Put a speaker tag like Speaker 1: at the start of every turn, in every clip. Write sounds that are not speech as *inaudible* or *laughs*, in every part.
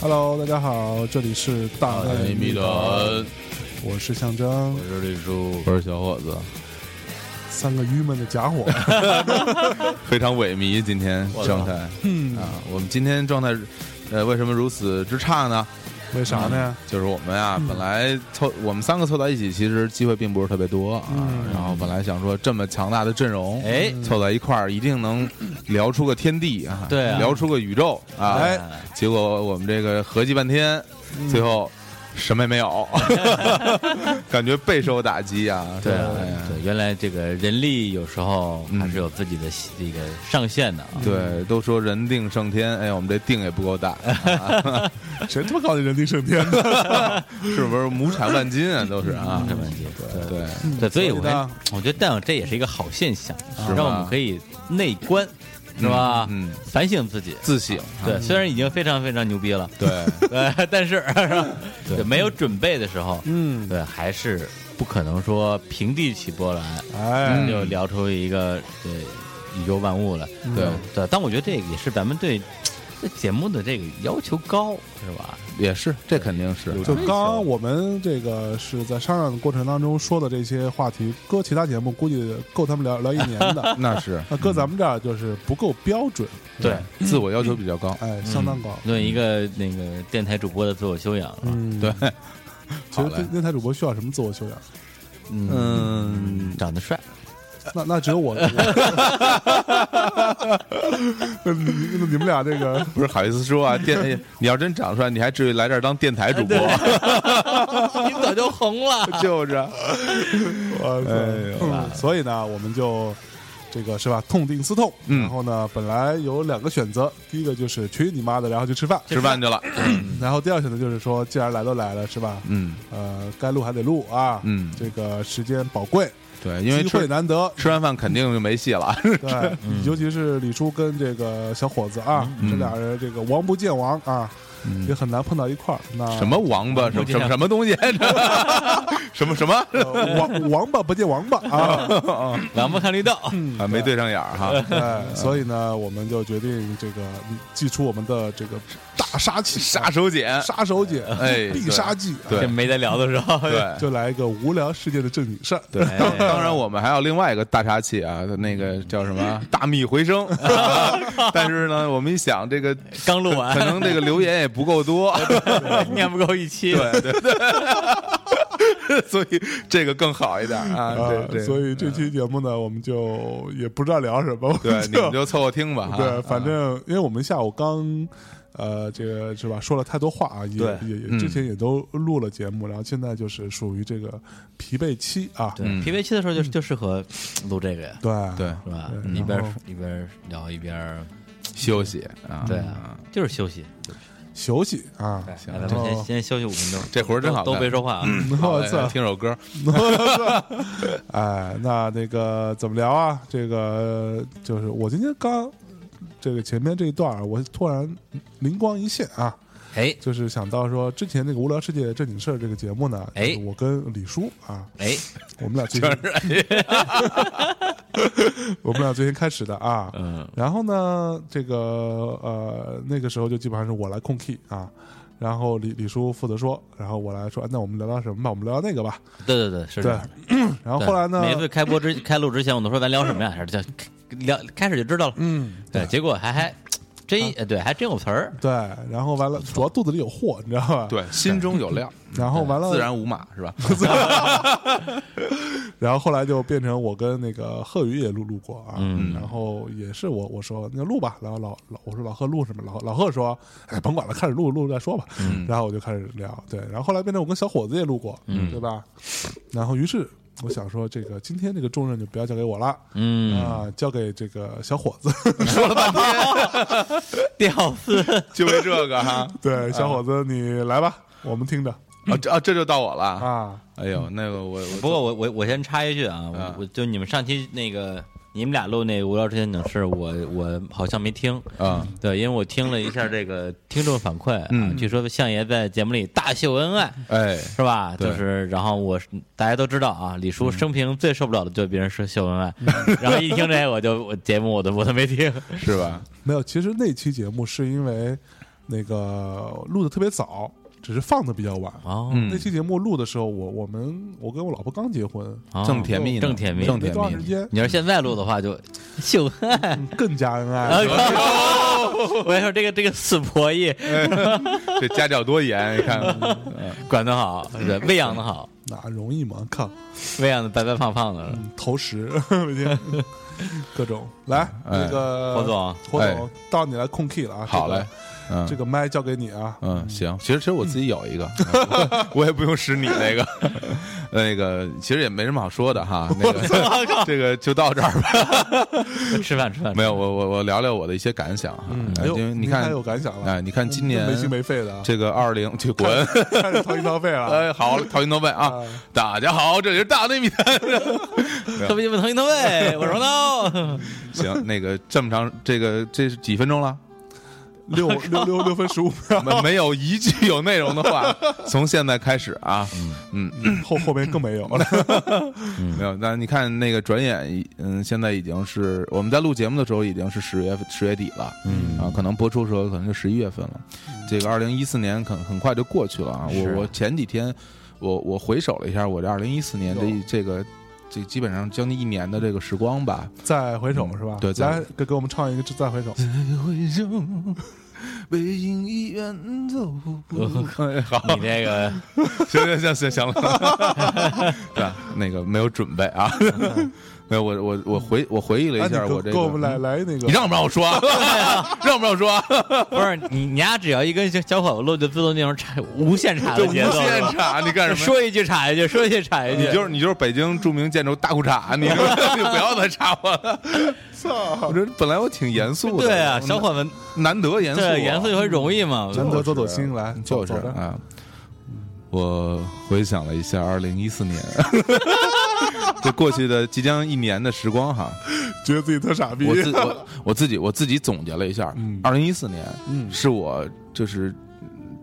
Speaker 1: Hello，大家好，这里是
Speaker 2: 啊
Speaker 1: 大
Speaker 2: 哎
Speaker 1: 内
Speaker 3: 艾米
Speaker 1: 密
Speaker 3: 伦，
Speaker 1: 谈，我是象征
Speaker 3: 我，是李叔，我是小伙子，
Speaker 1: 三个郁闷的家
Speaker 2: *laughs*
Speaker 1: 伙。
Speaker 2: 非常萎靡，今天状态
Speaker 1: 嗯，
Speaker 2: 啊，我们今天状态，呃，为什么如此之差呢？
Speaker 1: 为啥呢？
Speaker 2: 就是我们啊，
Speaker 1: 嗯
Speaker 2: 本来凑我们三个凑到一起，其实机会并不是特别多啊。
Speaker 1: 嗯
Speaker 2: 然后本来想说这么强大的阵容，
Speaker 3: 哎
Speaker 2: 凑在一块儿一定能聊出个天地啊，
Speaker 3: 对啊
Speaker 2: 聊出个宇宙啊。
Speaker 1: 哎，
Speaker 2: 结果我们这个合计半天，最后什么也没有， *laughs* 感觉备受打击啊。
Speaker 3: 对啊
Speaker 2: 哎呀
Speaker 3: 对，原来这个人力有时候还是有自己的这个上限的啊。
Speaker 2: 对，都说人定胜天，哎，我们这定也不够大， *laughs* 嗯
Speaker 1: 谁他妈告诉你人定胜天的？
Speaker 2: 是不是亩产万斤啊？都是啊，
Speaker 3: 这问题，对
Speaker 2: 对，
Speaker 3: 对，所以我
Speaker 1: 所以呢
Speaker 3: 我觉得，但这也是一个好现象，
Speaker 2: 吧
Speaker 3: 让我们可以内观，是吧？
Speaker 2: 嗯，
Speaker 3: 反省自己。
Speaker 2: 自省，啊
Speaker 3: 对，虽然已经非常非常牛逼了， *laughs*
Speaker 2: 对，
Speaker 3: 嗯对，但是 *laughs* 是吧对没有准备的时候，
Speaker 1: 嗯，
Speaker 3: 对，还是不可能说平地起波澜，
Speaker 1: 哎，
Speaker 2: 嗯
Speaker 3: 就聊出一个对宇宙万物了。
Speaker 2: 对
Speaker 1: 嗯
Speaker 3: 对，但我觉得这个也是咱们对这节目的这个要求高，是吧？
Speaker 2: 也是，这肯定是，。
Speaker 1: 就刚刚我们这个是在商量的过程当中说的这些话题，搁其他节目估计够他们聊聊一年的
Speaker 2: *laughs* 那是
Speaker 1: 那搁咱们这儿就是不够标准，
Speaker 3: 对，
Speaker 2: 自我要求比较高，
Speaker 1: 哎，相当高。
Speaker 3: 论一个那个电台主播的自我修养，是啊吧？
Speaker 1: 嗯，
Speaker 2: 对。
Speaker 1: 其
Speaker 2: 好
Speaker 1: 实
Speaker 2: 嘞
Speaker 1: 电电台主播需要什么自我修养？
Speaker 3: 嗯，
Speaker 2: 嗯，
Speaker 3: 长得帅，
Speaker 1: 那那只有我。
Speaker 2: *laughs*
Speaker 1: *laughs* 那你那你们俩这个
Speaker 2: 不是好意思说啊，电， *laughs* 你要真长出来，你还至于来这儿当电台主播？
Speaker 3: *laughs*
Speaker 2: *laughs*
Speaker 3: 你早就红了。
Speaker 2: 就是啊，
Speaker 1: *laughs* 我操
Speaker 2: 哎呦
Speaker 1: 嗯所以呢，我们就这个是吧，痛定思痛。
Speaker 2: 嗯
Speaker 1: 然后呢，本来有两个选择，第一个就是去你妈的，然后去吃饭；
Speaker 2: 吃饭去了，
Speaker 1: 然后第二选择就是说，既然来都来了，是吧？
Speaker 2: 嗯
Speaker 1: 呃，该录还得录啊。
Speaker 2: 嗯
Speaker 1: 这个时间宝贵，
Speaker 2: 对，因为
Speaker 1: 机会
Speaker 2: 吃。
Speaker 1: 难得
Speaker 2: 嗯吃完饭肯定就没戏了，
Speaker 1: *laughs* 对，尤其是李叔跟这个小伙子啊，
Speaker 2: 嗯
Speaker 1: 这俩人这个王不见王啊，也很难碰到一块儿。那
Speaker 2: *laughs* 什么王八，什么什么什么东西， *laughs* 什么什么
Speaker 1: 呃王王八不见王八
Speaker 2: *laughs*
Speaker 1: 啊？
Speaker 3: 王八看绿豆，
Speaker 2: 啊，没对上眼儿 *laughs* 哈，
Speaker 1: 对，所以呢，我们就决定这个嗯祭出我们的这个大杀器，
Speaker 2: 杀手锏，
Speaker 1: 杀手锏，
Speaker 2: 哎
Speaker 1: 必杀技，
Speaker 2: 对
Speaker 3: *laughs* 这没得聊的时候，哎
Speaker 2: 对，
Speaker 1: 就来一个无聊世界的正经事儿。
Speaker 2: 对，哎当当然我们还有另外一个大杀器啊，那
Speaker 1: 嗯
Speaker 2: 个叫什么大秘
Speaker 1: *laughs*
Speaker 2: 回声。但是呢，我们一想，这个
Speaker 3: 刚录
Speaker 2: 可
Speaker 3: *laughs* 完，
Speaker 2: 能这个留言也不够
Speaker 1: *laughs*
Speaker 2: 多，
Speaker 3: 念不够一期，
Speaker 2: 对对对，所以这个更好一点
Speaker 1: 啊
Speaker 2: 啊。这，这，
Speaker 1: 所以这期节目呢，我们就也不知道聊什么，我 *laughs*
Speaker 2: 对
Speaker 1: 们
Speaker 2: 你们就凑合听吧。啊
Speaker 1: 对，反正因为我们下午刚。呃，这个是吧？说了太多话啊，也
Speaker 3: 对
Speaker 1: 也也
Speaker 2: 嗯
Speaker 1: 之前也都录了节目，然后现在就是属于这个疲惫期啊，
Speaker 3: 对
Speaker 2: 嗯
Speaker 3: p v 期的时候就就适合录这个呀，
Speaker 1: 对
Speaker 2: 对
Speaker 3: 是吧？
Speaker 1: 对
Speaker 3: 一边
Speaker 1: 然后
Speaker 3: 一边聊一边，
Speaker 2: 休息啊，
Speaker 3: 对啊，就是休息。
Speaker 1: 休息啊，
Speaker 3: 行，咱们先先休息五分钟，
Speaker 2: 这活儿真好
Speaker 3: 都
Speaker 2: 干
Speaker 3: 都别说话啊。
Speaker 1: *laughs*
Speaker 2: 好
Speaker 1: 我
Speaker 2: 嘞
Speaker 1: 操，
Speaker 2: 听首歌，
Speaker 1: *laughs* 哎，那那个怎么聊啊？这个就是我今天刚这个前面这一段儿，我突然灵光一现啊，
Speaker 3: 哎
Speaker 1: 就是想到说之前那个《无聊世界正经事儿》这个节目呢，
Speaker 3: 哎
Speaker 1: 就是我跟李叔啊，
Speaker 3: 哎，
Speaker 1: 我们俩最
Speaker 3: *laughs*
Speaker 1: 近， *laughs* 我们俩最近开始的啊，
Speaker 3: 嗯，
Speaker 1: 然后呢，这个呃那个时候就基本上是我来控 key 啊。然后李李叔负责说，然后我来说，哎那我们聊聊什么吧？我们聊聊那个吧。
Speaker 3: 对对对，是这
Speaker 1: 对 *clears throat*
Speaker 3: 样。，
Speaker 1: 然后
Speaker 3: 对
Speaker 1: 后来呢？
Speaker 3: 每次开播之开录之前，我都说咱聊什么呀？还是叫聊开始就知道了。
Speaker 1: 嗯，
Speaker 3: 对，结果还还真一呃对，还真有词儿。
Speaker 1: 对，然后完了，主要肚子里有货，你知道吧？，
Speaker 2: 对，心中
Speaker 1: *laughs*
Speaker 2: 有料，
Speaker 1: 然后完了，
Speaker 2: 自然无码
Speaker 1: *laughs*
Speaker 2: 是吧？ *laughs*
Speaker 1: 然后后来就变成我跟那个贺宇也录录过啊，然后也是我我说那录吧，然后老老我说老贺录什么，老老贺说哎甭管了，开始录录再说吧，然后我就开始聊，对，然后后来变成我跟小伙子也录过，对吧？然后于是我想说，这个今天这个重任就不要交给我了， *laughs*
Speaker 3: 嗯，
Speaker 1: 啊，交给这个小伙子， *laughs*
Speaker 3: 屌 *laughs* 丝，
Speaker 2: 就为这个哈，
Speaker 1: 对，小伙子你来吧，我们听着
Speaker 2: 啊这啊这就到我了。
Speaker 1: 啊，
Speaker 2: 哎呦，那个我我
Speaker 3: 不过我我我先插一句啊，
Speaker 2: 啊
Speaker 3: 我我就你们上期那个你们俩录那无聊之前讲事，我我好像没听，
Speaker 2: 啊，
Speaker 3: 对，因为我听了一下这个听众反馈，啊
Speaker 2: 嗯，
Speaker 3: 据说相爷在节目里大秀恩爱，
Speaker 2: 哎，
Speaker 3: 是吧？
Speaker 2: 对
Speaker 3: 就是，然后我是大家都知道啊，李叔生平最受不了的就是别人说秀恩爱，然后一听这个我就我节目我都我都没听，
Speaker 2: 是吧？
Speaker 1: 没有，其实那期节目是因为那个录的特别早，只是放的比较晚。
Speaker 3: 哦，
Speaker 2: 嗯
Speaker 1: *laughs* 那期节目录的时候，我我们我跟我老婆刚结
Speaker 2: *laughs*
Speaker 1: 婚，
Speaker 3: 哦
Speaker 2: 正甜蜜呢，
Speaker 3: 正甜蜜，
Speaker 2: 正
Speaker 1: 没
Speaker 2: 甜
Speaker 1: 多长时
Speaker 2: 蜜。
Speaker 1: 间，
Speaker 3: 你要是现在录的
Speaker 2: *laughs*
Speaker 3: 话就秀恩爱，
Speaker 1: 嗯更加恩
Speaker 2: 哎
Speaker 1: 爱。
Speaker 3: 我跟你说这个这个死婆姨
Speaker 2: 这家教多严，你看，
Speaker 3: 管得好，
Speaker 2: 哎
Speaker 3: 对喂养的好，
Speaker 1: 哪容易嘛？靠，
Speaker 3: 喂养的白白胖胖
Speaker 2: *laughs*
Speaker 3: 的，
Speaker 1: 嗯投食， *laughs* 每天各种来
Speaker 2: 哎
Speaker 1: 那个
Speaker 3: 霍，总，
Speaker 1: 霍总到你来控 key 了啊！
Speaker 2: 好
Speaker 1: 这个
Speaker 2: 嘞，嗯，
Speaker 1: 这个麦交给你啊。
Speaker 2: 嗯，行，其实其实我自己有
Speaker 1: *laughs*
Speaker 2: 一个，我我也不用使你那个， *laughs* 那个其实也没什么好说的哈，那个这个就到这儿吧。
Speaker 3: 吃饭吃饭，
Speaker 2: 没有，我我我聊聊我的一些感想哈，哎
Speaker 1: 哎呦，
Speaker 2: 因为你
Speaker 1: 您还
Speaker 2: 看
Speaker 1: 有，感想了？嗯
Speaker 2: 哎，你看今年
Speaker 1: 没心没肺的啊，
Speaker 2: 这个二零就滚，
Speaker 1: 开始掏心掏肺
Speaker 2: *laughs*
Speaker 1: 了。
Speaker 2: 哎，好，掏心掏肺啊，
Speaker 1: 嗯
Speaker 2: 大家好，这里是大内密谈。
Speaker 3: 特别们腾一腾位，我是王涛，
Speaker 2: *laughs* 行，那个这么长，这个这是几分钟
Speaker 1: *laughs*
Speaker 2: 了？
Speaker 1: 六六六六分十五
Speaker 2: *laughs*
Speaker 1: 秒，
Speaker 2: 没没有一句有内容的话，从现在开始啊，嗯，
Speaker 1: 后后面更没有了。
Speaker 2: 没有。那你看那个转眼，嗯，现在已经是我们在录节目的时候已经是十月十月底了，
Speaker 3: 嗯
Speaker 2: 啊，可能播出的时候可能就十一月份了。这个二零一四年很很快就过去了啊。
Speaker 3: 是啊
Speaker 2: 我我前几天我我回首了一下我这二零一四年这一这个这基本上将近一年的这个时光吧，
Speaker 1: 再回首是吧？
Speaker 2: 嗯对再
Speaker 1: 来给给我们唱一个《再回首》。
Speaker 2: 回首，背影已远走。 *laughs* 好，
Speaker 3: 你这个
Speaker 2: 行行行行行了，对吧，那个没有准备啊， *laughs* 没有我我我回我回忆了
Speaker 1: 哎
Speaker 2: 一
Speaker 1: 你
Speaker 2: 下
Speaker 1: 给
Speaker 2: 我这
Speaker 1: 给
Speaker 2: 个，嗯
Speaker 1: 我们来来那个，
Speaker 2: 你让不让我说？啊 *laughs* 让不让我说？
Speaker 3: 不是你，你俩只要一跟小小伙子录，就自动进入查无限查
Speaker 2: 就
Speaker 3: 的
Speaker 2: 无
Speaker 3: 节奏了，
Speaker 2: 限插，你干什么？
Speaker 3: 说一句查一句，说一句查一句，
Speaker 2: 你就是你就是北京著名建筑大裤衩，啊你 *laughs* 你不要再插我 *laughs* 了。
Speaker 1: 操
Speaker 2: 我，这本来我挺严肃的，
Speaker 3: 对啊，
Speaker 2: 我
Speaker 3: 小伙子
Speaker 2: 难得严肃啊，
Speaker 3: 这颜色就会容易嘛。
Speaker 1: 难得走走心来，
Speaker 2: 就
Speaker 1: 走
Speaker 2: 是
Speaker 1: 走着
Speaker 2: 啊，我回想了一下二零一四年， *laughs* 这过去的即将一年的时光 *laughs* 哈，
Speaker 1: 觉得自己特傻逼
Speaker 2: 我。自我我自己我自己总结了一下
Speaker 1: 嗯，
Speaker 2: 二零一四年
Speaker 1: 嗯
Speaker 2: 是我就是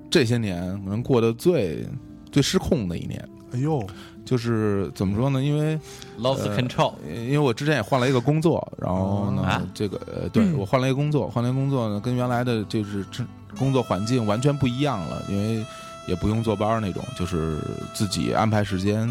Speaker 2: 这些年可能过得最最失控的一年，
Speaker 1: 哎呦，
Speaker 2: 就是怎么说呢？因为
Speaker 3: Lost
Speaker 2: 呃
Speaker 3: control，
Speaker 2: 因为我之前也换了一个工作，然后呢，
Speaker 1: 哦
Speaker 3: 啊
Speaker 2: 这个呃，对
Speaker 1: 嗯
Speaker 2: 我换了一个工作，换了一个工作呢，跟原来的就是这工作环境完全不一样了，因为也不用坐班儿那种，就是自己安排时间。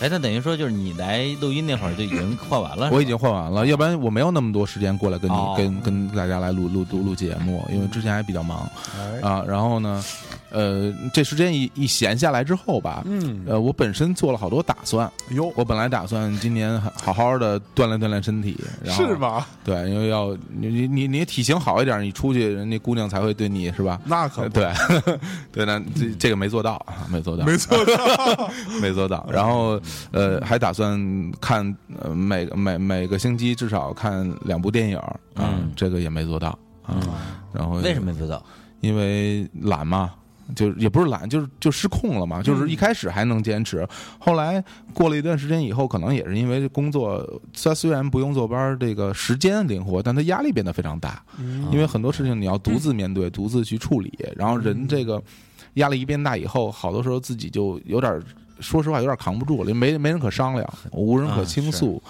Speaker 3: 哎，那等于说就是你来录音那会儿就已经画完
Speaker 1: 哎
Speaker 3: 了，
Speaker 2: 我已
Speaker 3: 经
Speaker 2: 经换完了，要不然我没有那么多时间过来跟你、
Speaker 3: 哦
Speaker 2: 跟跟大家来录录录录节目，因为之前还比较忙
Speaker 1: 哎，
Speaker 2: 啊。然后呢，呃，这时间一一闲下来之后吧，
Speaker 1: 嗯，
Speaker 2: 呃，我本身做了好多打算，
Speaker 1: 哎呦，
Speaker 2: 我本来打算今年好好的锻炼锻炼身体，然后
Speaker 1: 是？吗？
Speaker 2: 对，因为要你你你你体型好一点，你出去人家姑娘才会对你是吧？
Speaker 1: 那可
Speaker 2: 呃
Speaker 1: 不，
Speaker 2: 对，对，那这这个没做到，啊，没做到，
Speaker 1: 没错，
Speaker 2: 没做到。然后呃，还打算看呃每每每个星期至少看两部电影啊，
Speaker 3: 嗯
Speaker 2: 这个也没做到啊。然后
Speaker 3: 为什么？没做到？
Speaker 2: 因为懒嘛。就是也不是懒，就是就失控了嘛。
Speaker 3: 嗯
Speaker 2: 就是一开始还能坚持，后来过了一段时间以后，可能也是因为工作，他虽然不用坐班儿，这个时间灵活，但他压力变得非常大。
Speaker 3: 啊
Speaker 1: 嗯
Speaker 2: 因为很多事情你要独自面
Speaker 3: 嗯
Speaker 2: 对、独自去处理，然后人这个压力一变大以后，好多时候自己就有点儿，说实话有点儿扛不住了，没没人可商量，无人可
Speaker 3: 啊
Speaker 2: 倾
Speaker 3: 是
Speaker 2: 诉，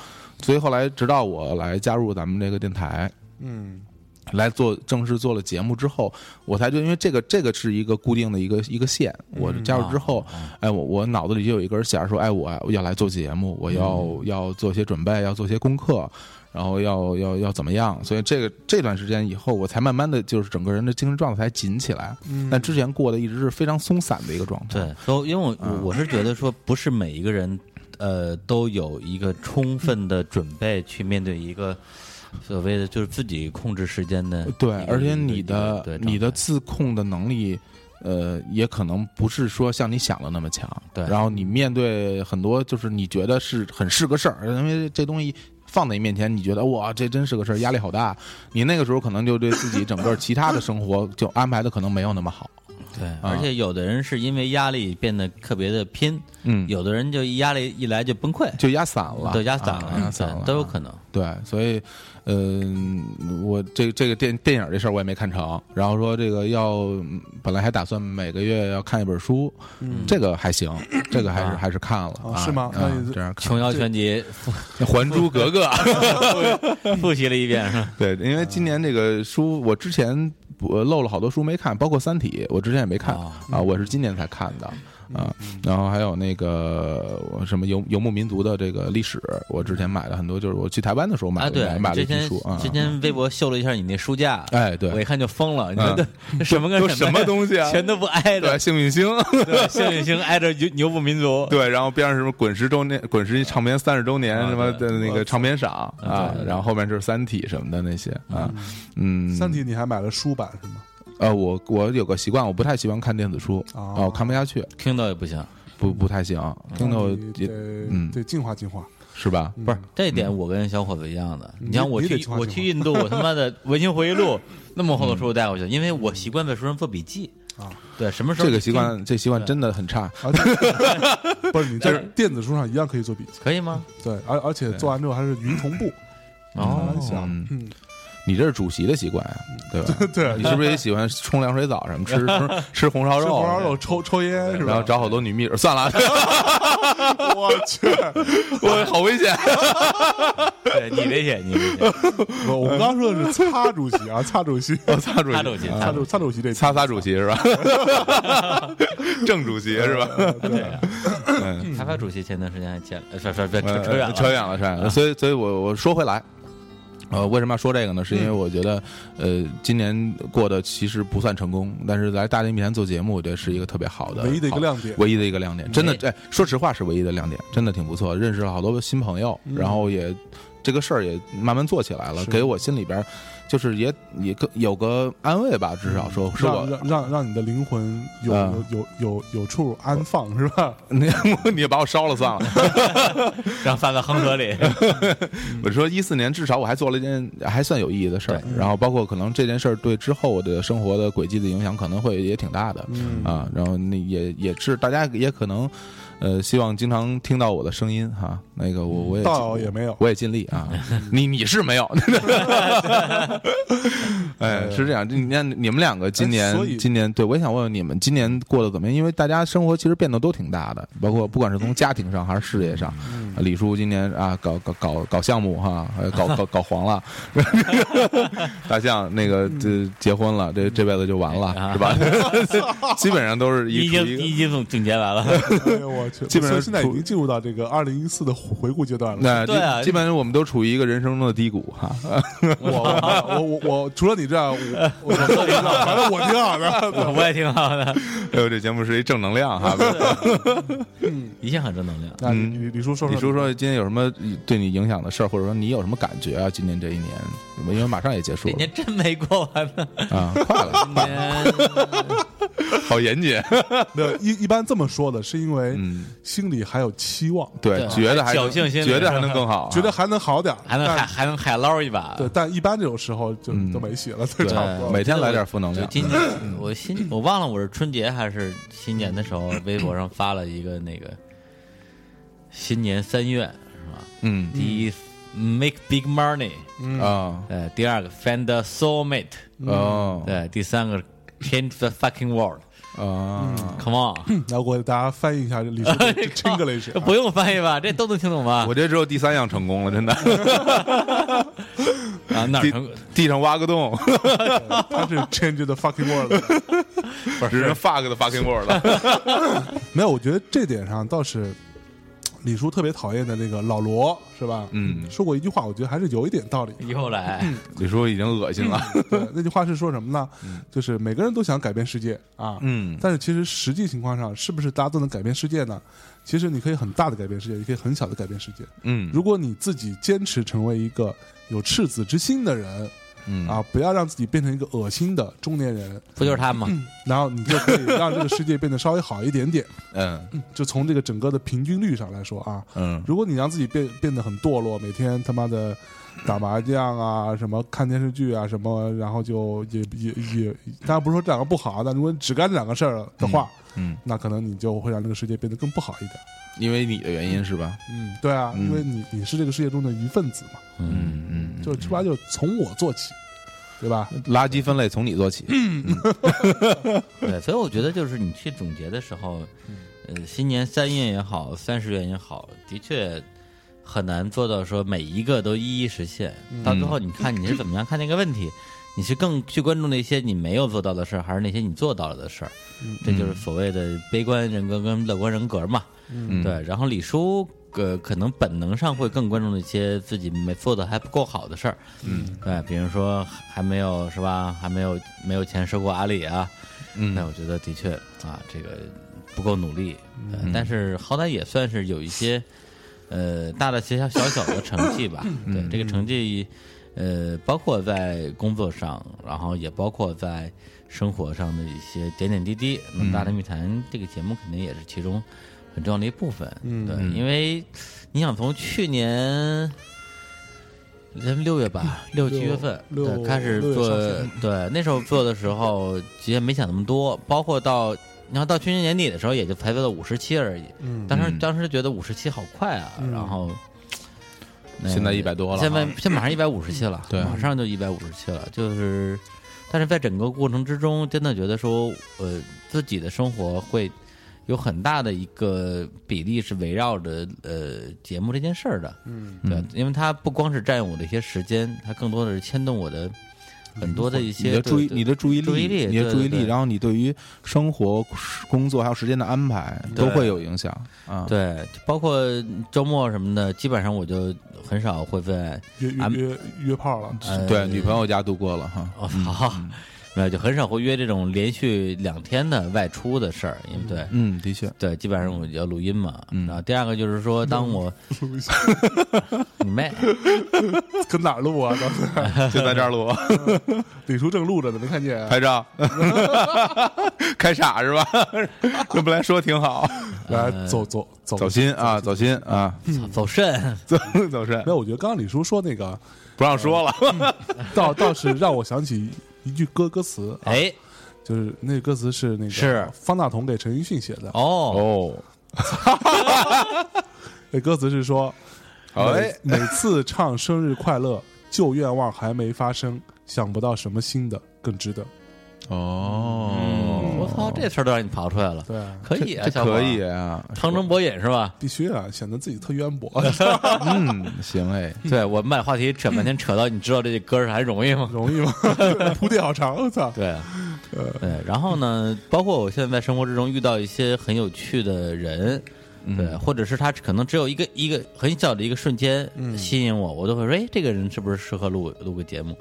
Speaker 2: 所以后来直到我来加入咱们这个电台，
Speaker 1: 嗯，
Speaker 2: 来做正式做了节目之后，我才就因为这个这个是一个固定的一个一个线，我
Speaker 3: 嗯
Speaker 2: 加
Speaker 3: 啊
Speaker 2: 入之后，哎，我我脑子里就有一根弦儿，说，哎，我我要来做节目，我要、要做些准备，要做些功课，然后要要要怎么样？所以这个这段时间以后，我才慢慢的就是整个人的精神状态才紧起来。
Speaker 1: 嗯
Speaker 2: 但之前过的一直是非常松散的一个状态。
Speaker 3: 对，都因为我
Speaker 2: 嗯
Speaker 3: 我我是觉得说，不是每一个人，呃，都有一个充分的准备去面对一个所谓的就是自己控制时间的一个。
Speaker 2: 对，而且
Speaker 3: 一
Speaker 2: 你
Speaker 3: 个
Speaker 2: 的
Speaker 3: 对
Speaker 2: 你的
Speaker 3: 状态
Speaker 2: 自控的能力，呃，也可能不是说像你想的那么强。
Speaker 3: 对
Speaker 2: 然后你面对很多就是你觉得是很是个事儿，因为这东西放在你面前，你觉得哇，这真是个事儿，压
Speaker 3: *laughs*
Speaker 2: 力好大。你那个时候可能就对自己整个其他的生活就安排的可能没有那么好。
Speaker 3: 对，而且有的人是因为压力变得特别的拼，
Speaker 2: 嗯，
Speaker 3: 有的人就一压力一来就崩溃，
Speaker 2: 就压散了，
Speaker 3: 都压散
Speaker 2: 啊
Speaker 3: 了，
Speaker 2: 压散了，
Speaker 3: 对都有可能。
Speaker 2: 对，所以，嗯、我这这个电电影这事儿我也没看成，然后说这个要嗯本来还打算每个月要看一本书，
Speaker 1: 嗯
Speaker 2: 这个还
Speaker 3: *coughs*
Speaker 2: 行，这个还是、
Speaker 3: 嗯啊
Speaker 2: 还是看了，
Speaker 1: 哦
Speaker 2: 啊
Speaker 1: 是吗
Speaker 2: 啊
Speaker 1: 那也是
Speaker 2: 这样看
Speaker 3: *laughs* 琼瑶全集复
Speaker 2: 《还珠格格》
Speaker 3: 复习了一遍是吧？
Speaker 2: *laughs* 对，因为今年这个书我之前我漏了好多书没看，包括《三体》，我之前也没看、
Speaker 3: 哦嗯
Speaker 2: 啊，我是今年才看的。啊，然后还有那个我什么游游牧民族的这个历史，我之前买了很多，就是我去台湾的时候买了、
Speaker 3: 啊，对，
Speaker 2: 买了一批
Speaker 3: 之前
Speaker 2: 书啊。
Speaker 3: 之前微博秀了一下你那书架，
Speaker 2: 哎，对，嗯
Speaker 3: 我一看就疯了，你觉得什么
Speaker 2: 都
Speaker 3: 跟
Speaker 2: 什么
Speaker 3: 呀
Speaker 2: 东西啊？
Speaker 3: *laughs* 全都不挨
Speaker 2: 对，
Speaker 3: 着，
Speaker 2: 幸运星，
Speaker 3: *laughs* 幸运星挨着牛牛不民族，
Speaker 2: 对，然后边上什么滚石周年、滚石唱片三十周年
Speaker 3: 啊
Speaker 2: 什么
Speaker 3: 对
Speaker 2: 的那个唱片赏
Speaker 3: 啊
Speaker 2: 啊
Speaker 3: 对对，对
Speaker 2: 然后后面就是《三体》什么的那些啊，嗯，
Speaker 1: 三体》你还买了书版是吗？
Speaker 2: 呃，我我有个习惯，我不太喜欢看电子书，
Speaker 1: 哦
Speaker 2: 啊，我看不下去，
Speaker 3: ，Kindle 也不行。
Speaker 2: 不不太行，Kindle
Speaker 1: 那你
Speaker 2: 也嗯
Speaker 1: 得得进化进
Speaker 2: *laughs*
Speaker 1: 化，
Speaker 2: 是吧？不是，
Speaker 3: 这一点我跟小伙子一样的。
Speaker 1: 嗯
Speaker 3: 你像我
Speaker 1: 你你得
Speaker 3: 去
Speaker 1: 情况
Speaker 3: 我
Speaker 1: 情
Speaker 3: 去
Speaker 1: 况
Speaker 3: 印度，我他妈的《文心回忆录》那么厚的书带回去，因为我习惯在书上做笔记
Speaker 1: 啊。
Speaker 3: 对，什么时候
Speaker 2: 这个
Speaker 3: 去
Speaker 2: 习
Speaker 3: 听
Speaker 2: 惯，这习惯真的很差，
Speaker 1: 而且不是你在电子书上一样可以做笔记，
Speaker 3: 可以吗？
Speaker 1: 对，而而且做完之后还是云同步，
Speaker 3: 哦
Speaker 1: 开玩笑
Speaker 2: 嗯
Speaker 1: 嗯，
Speaker 2: 你这是主席的习惯呀，对吧？
Speaker 1: *laughs* 对，
Speaker 2: 你是不是也喜欢冲凉水澡什么，吃
Speaker 1: *laughs*
Speaker 2: 吃吃红烧
Speaker 1: 吃红
Speaker 2: 肉，
Speaker 1: 烧肉抽抽烟是
Speaker 2: 然后
Speaker 1: 吧？
Speaker 2: 找好多女秘书，算了，
Speaker 1: *laughs* 我去，
Speaker 2: *laughs* 我好
Speaker 1: *laughs*
Speaker 2: 危险。
Speaker 3: 对你理解，你理 *laughs* 解。
Speaker 1: *laughs* 我我刚说的是擦主席啊，擦主
Speaker 2: *laughs*
Speaker 1: 席，
Speaker 2: 我擦主
Speaker 3: 擦主席啊
Speaker 1: 擦主擦主席这
Speaker 2: 擦擦
Speaker 1: *laughs*
Speaker 2: 主席是吧？ *laughs* 正主席是吧？
Speaker 3: 对啊，开发主席前段时间还见了，呃，不不不，扯
Speaker 2: 呃
Speaker 3: 扯远了，
Speaker 2: 扯远
Speaker 1: 嗯
Speaker 2: 了，扯远了。所以，所以我我说回来。呃，为什么要说这个呢？是因为
Speaker 1: 嗯
Speaker 2: 我觉得，呃，今年过得其实不算成功，但是来大内密谈做节目，我觉得是一个特别好的，
Speaker 1: 唯一的一个
Speaker 2: 好
Speaker 1: 亮点嗯
Speaker 2: 唯一的一个亮点，真的，哎，说实话是唯一的亮点，真的挺不错，认识了好多新朋友，然后也这个事儿也慢慢做起来了，
Speaker 1: 嗯是
Speaker 2: 给我心里边儿就是也也更有个安慰吧，至少说是我
Speaker 1: 嗯让，让让让你的灵魂有
Speaker 2: 啊
Speaker 1: 有有有有处安放是吧？
Speaker 2: 你 *laughs* 你把我烧了算了，
Speaker 3: 让放到恒河里。
Speaker 2: 我说一四年至少我还做了一件还算有意义的事儿，然后包括可能这件事儿对之后的生活的轨迹的影响可能会也挺大的，
Speaker 1: 嗯
Speaker 2: 啊，然后那也也是大家也可能，呃，希望经常听到我的声音哈、那个我我也
Speaker 1: 道嗯友也没有，
Speaker 2: 我也尽力
Speaker 1: *laughs*
Speaker 2: 啊，你你是没有，哎，是这样，你看你们两个今
Speaker 1: 哎所以
Speaker 2: 年今年对我也想问问你们今年过得怎么样，因为大家生活其实变得都挺大的，包括不管是从家庭上还是事业上，
Speaker 1: 嗯
Speaker 2: *laughs* 啊李叔今年啊搞搞搞搞项目哈，还
Speaker 3: *laughs*
Speaker 2: 搞搞搞黄了， *laughs* 大象那个
Speaker 3: 嗯
Speaker 2: 这结婚了，这这辈子就完了是吧？ *laughs* 基本上都
Speaker 3: *laughs*
Speaker 2: 是
Speaker 3: 哎啊你
Speaker 2: 一
Speaker 3: 已
Speaker 2: 处
Speaker 3: 经
Speaker 2: 于一
Speaker 3: 你
Speaker 2: 个。
Speaker 3: 已经总总结完了，
Speaker 1: 哎呦我去，
Speaker 2: 基本上
Speaker 1: 所以现在已经进入到这个二零一四的回顾阶段了。
Speaker 2: 那
Speaker 3: 对啊
Speaker 2: 基基本上我们都处于一个人生中的低谷哈， *laughs* 哎
Speaker 1: *laughs* 我我我我除了你这样，我我我
Speaker 2: *laughs*
Speaker 1: 不知道反正我挺好的。
Speaker 3: 我也挺好的，
Speaker 2: 哎呦，这节目是一正能量哈，
Speaker 3: 一向很正能量。
Speaker 1: 嗯那李李李叔说说，
Speaker 2: 嗯你说说今天有什么对你影响的事儿，或者说你有什么感觉啊？今年这一年，因为马上也结束
Speaker 3: 这
Speaker 2: 了
Speaker 3: 年真没过完呢，
Speaker 2: 啊，快
Speaker 3: *laughs*
Speaker 2: 了，
Speaker 3: 今年
Speaker 2: 好严谨。
Speaker 1: 那一一般这么说的是因为
Speaker 2: 嗯，啊
Speaker 1: 心里还有期望，
Speaker 2: 对
Speaker 3: 对，
Speaker 2: 觉得还能
Speaker 3: 侥幸心理
Speaker 2: 觉得还能更好，啊
Speaker 1: 觉得还能好点儿，
Speaker 3: 还能
Speaker 1: 但
Speaker 3: 海还能海捞一把。
Speaker 1: 对，但一般这种时候就
Speaker 2: 嗯
Speaker 1: 都没戏了， *laughs* 就
Speaker 2: 啊对
Speaker 1: 差不多了。
Speaker 2: 每天来点负能
Speaker 3: 就
Speaker 2: 量。
Speaker 3: 今年我新我忘了我是春节还是新年的时候，微博上发了一个那个新年三愿是吧？
Speaker 2: 嗯
Speaker 3: 第一，make big money，
Speaker 2: 啊
Speaker 3: 呃，第二个 find a soulmate，
Speaker 2: 哦
Speaker 3: 对，第三个 change the fucking world，come
Speaker 2: 啊！
Speaker 3: on，
Speaker 1: 来，我给大家翻译一下这李
Speaker 2: *laughs*
Speaker 1: 叔
Speaker 2: 哎
Speaker 1: 的 English，
Speaker 3: 这不用翻译吧？这都能听懂吧
Speaker 2: 我？这只有第三样成功了， *laughs* 真的，
Speaker 3: 啊，哪儿
Speaker 2: 地
Speaker 3: 成
Speaker 2: 地上挖个 *laughs* 洞，
Speaker 1: 他是 change the fucking world。
Speaker 2: *laughs* 只是 fuck 的 fucking word *laughs* 了。
Speaker 1: 没有，我觉得这点上倒是李叔特别讨厌的那个老罗，是吧？
Speaker 2: 嗯
Speaker 1: 说过一句话，我觉得还是有一点道理。
Speaker 2: *laughs*
Speaker 3: 又来，
Speaker 2: 李叔已经恶心了，
Speaker 1: 对，那句话是说什么呢？就是每个人都想改变世界啊，
Speaker 2: 嗯
Speaker 1: 但是其实实际情况上，是不是大家都能改变世界呢？其实你可以很大的改变世界，也可以很小的改变世界。
Speaker 2: 嗯
Speaker 1: 如果你自己坚持成为一个有赤子之心的人，
Speaker 2: 嗯
Speaker 1: 啊，不要让自己变成一个恶心的中年人，
Speaker 4: 不就是他们吗？
Speaker 1: 然后你就可以让这个世界变得稍微好一点 *laughs* 点。
Speaker 2: 嗯
Speaker 1: 就从这个整个的平均率上来说啊，
Speaker 2: 嗯
Speaker 1: 如果你让自己变变得很堕落，每天他妈的打麻将啊，什么看电视剧啊，什么，然后就也也也，当然不是说这两个不好啊，但如果你只干这两个事儿的话，
Speaker 2: 嗯，
Speaker 1: 那可能你就会让这个世界变得更不好一点。
Speaker 2: 因为你的原因是吧？
Speaker 1: 嗯，对啊，
Speaker 2: 嗯
Speaker 1: 因为你你是这个世界中的一份子嘛，
Speaker 2: 嗯嗯，
Speaker 1: 就是说白了就是从我做起，对吧？
Speaker 2: 垃圾分类从你做起。
Speaker 3: *laughs* 对，所以我觉得就是你去总结的时候，呃，新年三运也好，三十元也好，的确很难做到说每一个都一一实现。到最后，你看你是怎么样看那个问题，你是更去关注那些你没有做到的事儿，还是那些你做到了的事儿？这就是所谓的悲观人格跟乐观人格嘛。
Speaker 2: 嗯，
Speaker 3: 对，然后李叔。呃，可能本能上会更关注那些自己没做的还不够好的事儿，
Speaker 1: 嗯，
Speaker 3: 对，比如说还没有是吧，还没有没有钱收购阿里啊，那
Speaker 2: 嗯
Speaker 3: 我觉得的确啊，这个不够努力，
Speaker 1: 嗯
Speaker 3: 呃但是好歹也算是有一些呃大大小小小小的成绩吧。
Speaker 1: 嗯
Speaker 3: 对，这个成绩呃，包括在工作上，然后也包括在生活上的一些点点滴滴。那么《
Speaker 1: 嗯
Speaker 3: 大内密谈》这个节目肯定也是其中很重要的一部分。
Speaker 1: 嗯
Speaker 3: 对，因为你想从去年。咱们六月吧，六七月份
Speaker 1: 六
Speaker 3: 对开始
Speaker 1: 六月
Speaker 3: 做
Speaker 1: 上旬，
Speaker 3: 对那时候做的时候，其实没想那么多，包括到你看到去年年底的时候，也就才做到五十期而已。
Speaker 1: 嗯
Speaker 3: 当时
Speaker 2: 嗯
Speaker 3: 当时觉得五十期好快啊，
Speaker 1: 嗯
Speaker 3: 然后那
Speaker 2: 现在100多了
Speaker 3: 现在
Speaker 2: 哈
Speaker 3: 现在马上一百五十期了，
Speaker 2: 对
Speaker 3: 马上就一百五十期了，就是，但是在整个过程之中，真的觉得说，呃，自己的生活会有很大的一个比例是围绕着呃节目这件事儿的，
Speaker 1: 嗯
Speaker 3: 对
Speaker 2: 嗯，
Speaker 3: 因为它不光是占用我的一些时间，它更多的是牵动我的很多的一些
Speaker 2: 你的
Speaker 3: 对
Speaker 2: 注意，
Speaker 3: 对
Speaker 2: 你的注意
Speaker 3: 注意
Speaker 2: 力，
Speaker 3: 力
Speaker 2: 你的
Speaker 3: 对
Speaker 2: 注意
Speaker 3: 对
Speaker 2: 力，
Speaker 3: 对
Speaker 2: 然后你对于生活、工作还有时间的安排
Speaker 3: 对
Speaker 2: 都会有影响啊。
Speaker 3: 对，包括周末什么的，基本上我就很少会在
Speaker 1: 约约
Speaker 3: 俺
Speaker 1: 约约炮了，
Speaker 3: 呃
Speaker 2: 对，女朋友家度过了哈。
Speaker 3: 哦好， *laughs* 没有就很少会约这种连续两天的外出的事儿，因为对
Speaker 2: 嗯，的 *laughs* 确，
Speaker 3: 对，基本上我就要录音嘛。
Speaker 2: 嗯
Speaker 3: 然后第二个就是说，当我 *laughs* 你妹，
Speaker 1: *laughs* 跟哪儿录啊？当时
Speaker 3: 哎
Speaker 2: 就在这儿录
Speaker 1: 李叔正录着呢，没看见？
Speaker 2: 拍照， *laughs* 开傻是吧？ *laughs* 这本来说挺好，
Speaker 1: 来
Speaker 3: 哎
Speaker 1: 走走走
Speaker 2: 走心啊，走心啊，
Speaker 3: 操走 *laughs* 肾，
Speaker 2: 走走神
Speaker 1: 没，有，我觉得刚刚李叔说那个，
Speaker 2: 不让说了。
Speaker 1: 倒倒是让我想起一句歌歌词，啊，
Speaker 3: 哎
Speaker 1: 就是那歌词是那个
Speaker 3: 是
Speaker 1: 方大同给陈奕迅写的，
Speaker 3: 哦，
Speaker 2: *laughs* 哦，
Speaker 1: 那歌词是说，
Speaker 2: 哎，
Speaker 1: 每每次唱生日快乐，旧愿望还没发生，想不到什么新的更值得。
Speaker 2: 哦，
Speaker 3: 我操，这词儿都让你刨出来了，
Speaker 1: 对啊，
Speaker 3: 嗯可以啊，
Speaker 2: 这
Speaker 3: 小伙
Speaker 2: 可
Speaker 3: 儿
Speaker 2: 以，啊，
Speaker 3: 唐征博引是吧？
Speaker 1: 必须啊，显得自己特渊博，
Speaker 2: 嗯，行哎，
Speaker 3: *laughs* 对我们把话题扯半天，扯到你知道这歌儿还容易吗？
Speaker 1: *laughs* 容易吗？铺垫好长，我操！
Speaker 3: 对，啊对，然后呢，包括我现在在生活之中遇到一些很有趣的人，
Speaker 2: 嗯
Speaker 3: 对，啊或者是他可能只有一个一个很小的一个瞬间
Speaker 2: 嗯
Speaker 3: 吸引我，我都会说，哎，这个人是不是适合录录个节目？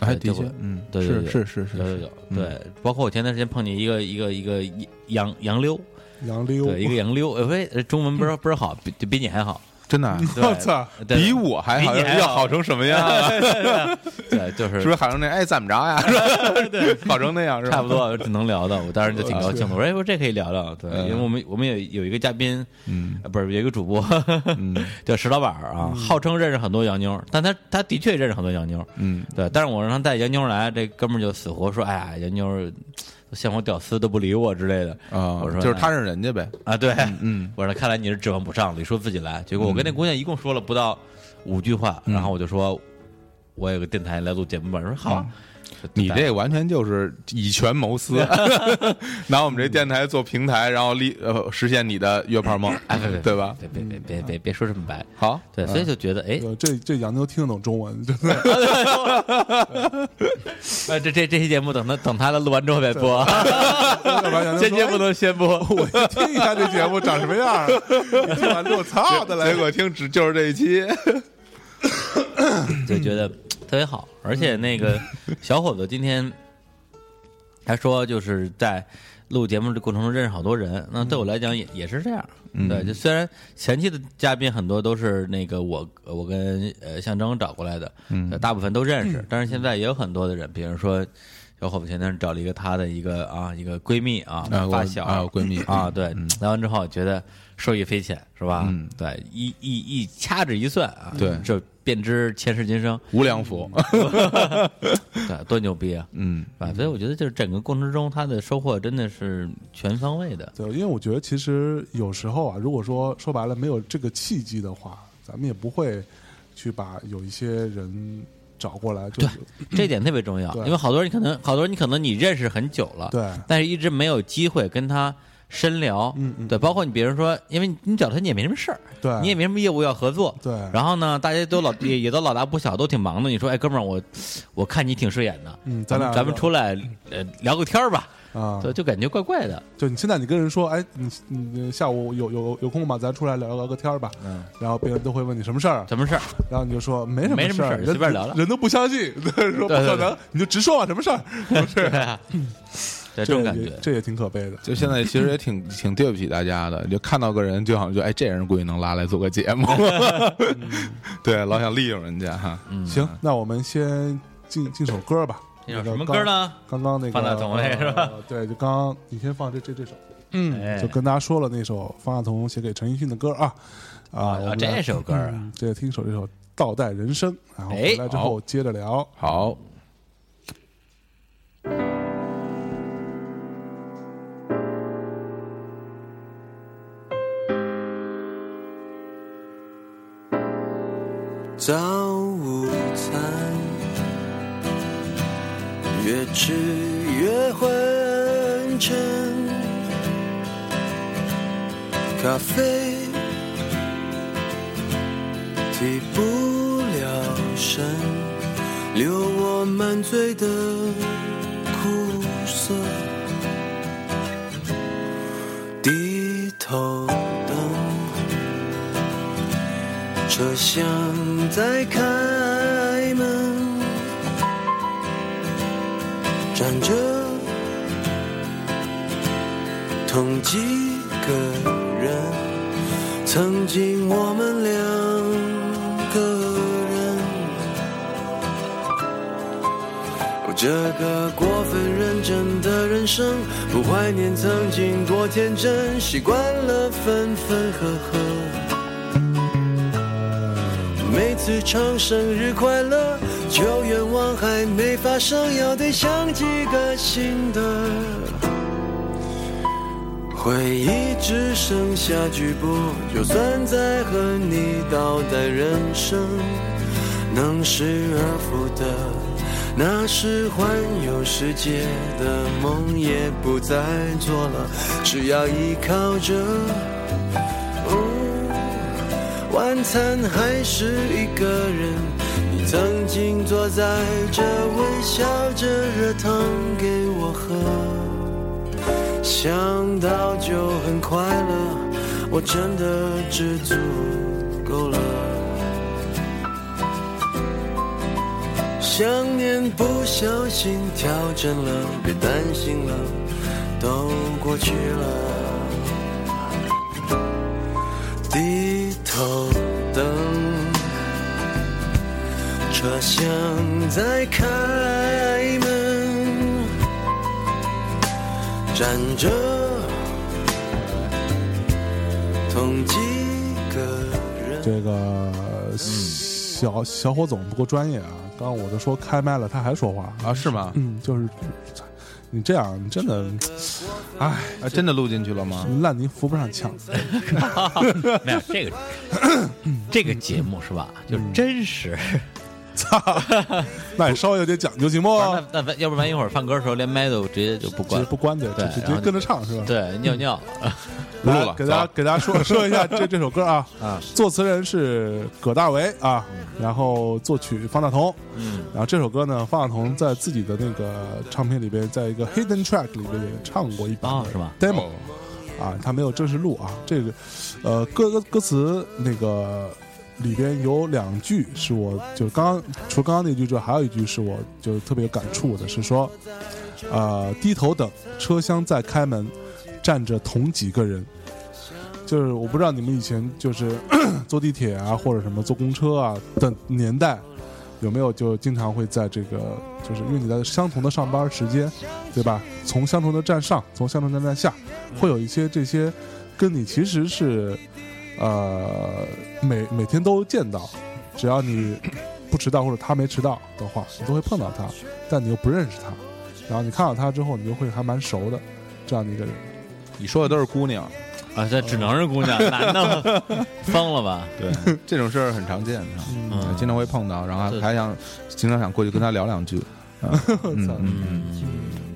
Speaker 2: 哎，
Speaker 3: 对
Speaker 2: 的
Speaker 3: 就
Speaker 2: 确
Speaker 3: 会，
Speaker 2: 嗯，
Speaker 3: 对对
Speaker 2: 是
Speaker 3: 对
Speaker 2: 是是是
Speaker 3: 有有
Speaker 2: 是，嗯
Speaker 3: 有，对，包括我前段时间碰见一个一个一个洋洋溜，
Speaker 1: 杨溜，
Speaker 3: 对，
Speaker 1: *laughs*
Speaker 3: 一个洋溜，呃喂，中文不是不是好，比比你
Speaker 2: *laughs*
Speaker 3: 还好，
Speaker 2: 真的啊，
Speaker 3: 对
Speaker 1: 我操！
Speaker 3: 对
Speaker 2: 嗯比我还好，
Speaker 3: 比你还
Speaker 2: 要
Speaker 3: 好
Speaker 2: 好成什么样啊？
Speaker 3: *laughs* 对，就是
Speaker 2: 是不是喊成那？哎，怎么着呀？是吧好成那样是吧？
Speaker 3: 差不多只能聊的，我当时就挺高兴的。我说，哎，我这可以聊聊，对，因为我们我们有有一个嘉宾，
Speaker 2: 嗯
Speaker 3: 呃不是有一个主播 *laughs*
Speaker 2: 嗯
Speaker 3: 叫石老板儿啊，号称认识很多洋妞儿，但他他的确认识很多洋妞儿，
Speaker 2: 嗯，
Speaker 3: 对，但是我让他带洋妞儿来，这哥们儿就死活说，哎呀，洋妞儿都像我屌丝都不理我之类的
Speaker 2: 啊，
Speaker 3: 我说
Speaker 2: 就是
Speaker 3: 哎
Speaker 2: 他认识人家呗，
Speaker 3: 啊，对，
Speaker 2: 嗯
Speaker 3: *laughs* 我说看来你是指望不上，李叔自己来。结果我跟那姑娘一共说了不到五句话，
Speaker 2: 嗯
Speaker 3: 然后我就说，我有个电台来录节目吧，说好啊，
Speaker 2: 嗯你这完全就是以权谋私， *laughs* 拿我们这电台做平台，然后立呃实现你的约炮梦
Speaker 3: 哎别别，
Speaker 2: 对吧？嗯
Speaker 3: 别别别别别别说这么白，
Speaker 2: 好，
Speaker 3: 对，所以就觉得哎，
Speaker 1: 呃这这杨妞听得懂中文， *laughs* 真
Speaker 3: *laughs*
Speaker 1: 的。
Speaker 3: 呃，这这这期节目等他等他录完之后再播，
Speaker 1: 要不然
Speaker 3: *laughs*
Speaker 1: 杨妞
Speaker 3: 先
Speaker 1: 说
Speaker 3: 节不能先播。
Speaker 1: 哎我听一下这节目长什么样啊。听完之后，操的来
Speaker 2: 结！果听只就是这一期，
Speaker 3: 就觉得特别好。
Speaker 2: 嗯
Speaker 3: 而且那个小伙子今天还说，就是在录节目的过程中认识好多人。那对我来讲也也是这样，
Speaker 2: 嗯
Speaker 3: 对，就虽然前期的嘉宾很多都是那个我我跟呃象征找过来的，
Speaker 2: 嗯
Speaker 3: 呃大部分都认识，但是现在也有很多的人，比如说小伙伴前天找了一个她的一个啊一个闺蜜啊
Speaker 2: 啊，
Speaker 3: 发小
Speaker 2: 我啊，我闺蜜
Speaker 3: 啊，对，
Speaker 1: 嗯
Speaker 3: 聊完之后觉得受益匪浅，是吧？
Speaker 2: 嗯
Speaker 3: 对，一一一掐指一算啊，
Speaker 2: 对
Speaker 3: 这便知前世今生，
Speaker 2: 无良福，
Speaker 3: 对，多牛逼啊！
Speaker 2: 嗯
Speaker 3: 是吧？所以我觉得就是整个过程中，他的收获真的是全方位
Speaker 1: *laughs*
Speaker 3: 的。
Speaker 1: 对，因为我觉得其实有时候啊，如果说说白了没有这个契机的话，咱们也不会去把有一些人找过来，就
Speaker 3: 对这一点特别重要，
Speaker 1: 嗯对
Speaker 3: 因为好多人可能，好多人你可能你认识很久了，
Speaker 1: 对
Speaker 3: 但是一直没有机会跟他深聊，
Speaker 1: 嗯嗯
Speaker 3: 对，包括你，比如说，因为你找他你也没什么事儿，
Speaker 1: 对
Speaker 3: 你也没什么业务要合作，
Speaker 1: 对
Speaker 3: 然后呢，大家都老也也都老大不小，都挺忙的。你说，哎，哥们儿，我我看你挺顺眼的，
Speaker 1: 嗯咱俩
Speaker 3: 咱们出来呃聊个天儿吧，
Speaker 1: 啊，
Speaker 3: 对，就感觉怪怪的，
Speaker 1: 就你现在你跟人说，哎，你你下午有有有空吗？咱出来聊聊个天儿吧。
Speaker 3: 嗯，
Speaker 1: 然后别人都会问你什么事儿，
Speaker 3: 什么事儿？
Speaker 1: 然后你就说没什
Speaker 3: 没什么
Speaker 1: 事
Speaker 3: 事儿
Speaker 1: 人
Speaker 3: 随便聊聊
Speaker 1: 人都不相信， *laughs* 对说不
Speaker 3: 对对
Speaker 1: 可
Speaker 3: 对
Speaker 1: 能，你就直说吧， *laughs* 什么事儿？
Speaker 3: 对啊， *laughs* 对这种感觉
Speaker 1: 也，这也挺可悲的。
Speaker 2: 就现在其实也挺挺对不起大家的，就看到个人就好像就哎，这人估计能拉来做个节目，嗯对，老想利用人家哈。
Speaker 3: 嗯，
Speaker 1: 行，那我们先进进首歌吧。
Speaker 3: 那首什么歌呢？
Speaker 1: 刚刚那个
Speaker 3: 放大同类是吧
Speaker 1: 呃对，就刚刚你先放这这这首，嗯
Speaker 3: 哎
Speaker 1: 就跟大家说了那首方大同写给陈奕迅的歌啊啊，我
Speaker 3: 啊，
Speaker 1: 们
Speaker 3: 这
Speaker 1: 来
Speaker 3: 首歌啊，
Speaker 1: 嗯这听一首这首《倒带人生》，然后
Speaker 3: 哎
Speaker 1: 回来之后接着聊。
Speaker 2: 好，
Speaker 4: 早午餐，越吃越昏沉。咖啡提不了神，留我满嘴的苦涩。低头等。车厢在开门，站着同几个人，曾经我们两个人。哦，这个过分认真的人生，不怀念曾经多天真，习惯了分分合合。每次唱生日快乐，旧愿望还没发生，要得想几个新的。回忆只剩下局部，就算再和你倒带人生，能失而复得，那时环游世界的梦也不再做了，只要依靠着。哦晚餐还是一个人，你曾经坐在这微笑着热汤给我喝，想到就很快乐，我真的知足够了。想念不小心跳针了，别担心了，都过去了。低头等，车厢在开门，站着同几个人。
Speaker 1: 这个
Speaker 3: 嗯
Speaker 1: 小小伙总不够专业啊！刚刚我就说开麦了，他还说话，
Speaker 2: 啊，是吗？
Speaker 1: 嗯，就是你这样，你真的，哎，
Speaker 2: 啊，真的录进去了吗？
Speaker 1: 烂泥扶不上
Speaker 3: *laughs*
Speaker 1: 墙。
Speaker 3: 啊
Speaker 1: 嗯
Speaker 3: 没有这个
Speaker 1: *laughs*
Speaker 3: 这个节目是吧？就是
Speaker 1: 嗯
Speaker 3: 真实。
Speaker 1: 那你稍微有点讲究行不？
Speaker 3: 那 *laughs* 那咱要不然一会儿放歌的时候连麦都直接就不
Speaker 1: 哦直接
Speaker 3: 关，
Speaker 1: 不嗯关掉，
Speaker 3: 对
Speaker 1: 就直
Speaker 3: 然后
Speaker 1: 接跟着唱是吧？
Speaker 3: 对，尿尿。
Speaker 2: 不录
Speaker 1: 来
Speaker 2: 了
Speaker 1: 给大
Speaker 2: 走
Speaker 1: 家给大家说说一下这这首歌啊，
Speaker 3: *laughs* 啊
Speaker 1: 作词人是葛大为啊，然后作曲方大同，
Speaker 3: 嗯，
Speaker 1: 然后这首歌呢，方大同在自己的那个唱片里边，在一个 hidden track 里边也唱过一版
Speaker 3: 哦，是吧？
Speaker 1: demo 啊，他没有正式录啊，这个呃歌歌歌词那个。里边有两句是我就刚刚除了刚刚那句之外，还有一句是我就特别有感触的，是说呃，低头等车厢再开门，站着同几个人。就是我不知道你们以前就是 *coughs* 坐地铁啊，或者什么坐公车啊的年代，有没有就经常会在这个，就是因为你在相同的上班时间，对吧？从相同的站上，从相同的站下，会有一些这些跟你其实是呃每每天都见到，只要你不迟到或者他没迟到的话，你都会碰到他，但你又不认识他，然后你看到他之后，你就会还蛮熟的这样的一个人。
Speaker 2: 你说的都是姑娘，
Speaker 3: 啊，这只能是姑
Speaker 1: *laughs*
Speaker 3: 娘，男的疯了吧？
Speaker 2: 对，这种事儿很常见，
Speaker 3: 嗯
Speaker 2: 啊经常会碰到，然后
Speaker 3: 对
Speaker 2: 还想经常想过去跟他聊两句，
Speaker 1: 操
Speaker 3: 嗯，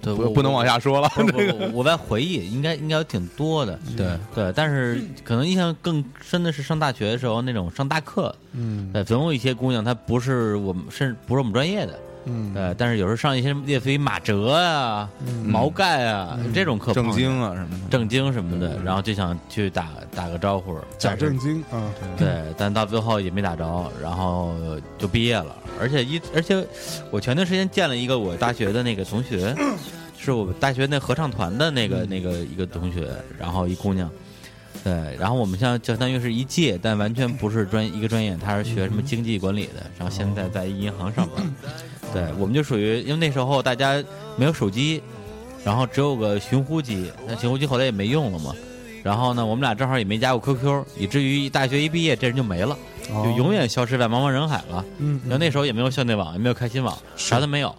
Speaker 3: 对，
Speaker 2: 不
Speaker 3: 我
Speaker 2: 不能往。下说 *laughs* 了。
Speaker 3: 不是不是，我我在回忆，应该应该有挺多的，
Speaker 2: 对，
Speaker 3: 对，但是可能印象更深的是上大学的时候那种上大课，
Speaker 1: 嗯
Speaker 3: 对，总有一些姑娘她不是我们，甚至不是我们专业的，
Speaker 1: 嗯
Speaker 3: 对，但是有时候上一些类似于马哲啊、毛概啊这种课碰
Speaker 2: 正
Speaker 3: 上，
Speaker 2: 经啊什么的，
Speaker 3: 正经什么的，然后就想去打打个招呼，
Speaker 1: 假
Speaker 3: 但是
Speaker 1: 正经啊，
Speaker 3: 对，但到最后也没打着，然后就毕业了。而且一而且我前段时间见了一个我大学的那个同学，是我大学那合唱团的那个那个一个同学，然后一姑娘。对，然后我们像就相当于是一届，但完全不是专一个专业，他是学什么经济管理的，然后现在在银行上班。对，我们就属于因为那时候大家没有手机，然后只有个寻呼机，那寻呼机后来也没用了嘛。然后呢，我们俩正好也没加过 QQ，以至于大学一毕业，这人就没了，就
Speaker 1: 哦
Speaker 3: 永远消失在茫茫人海了。
Speaker 1: 嗯
Speaker 3: 然后那时候也没有校内网，也没有开心网，啥都没有。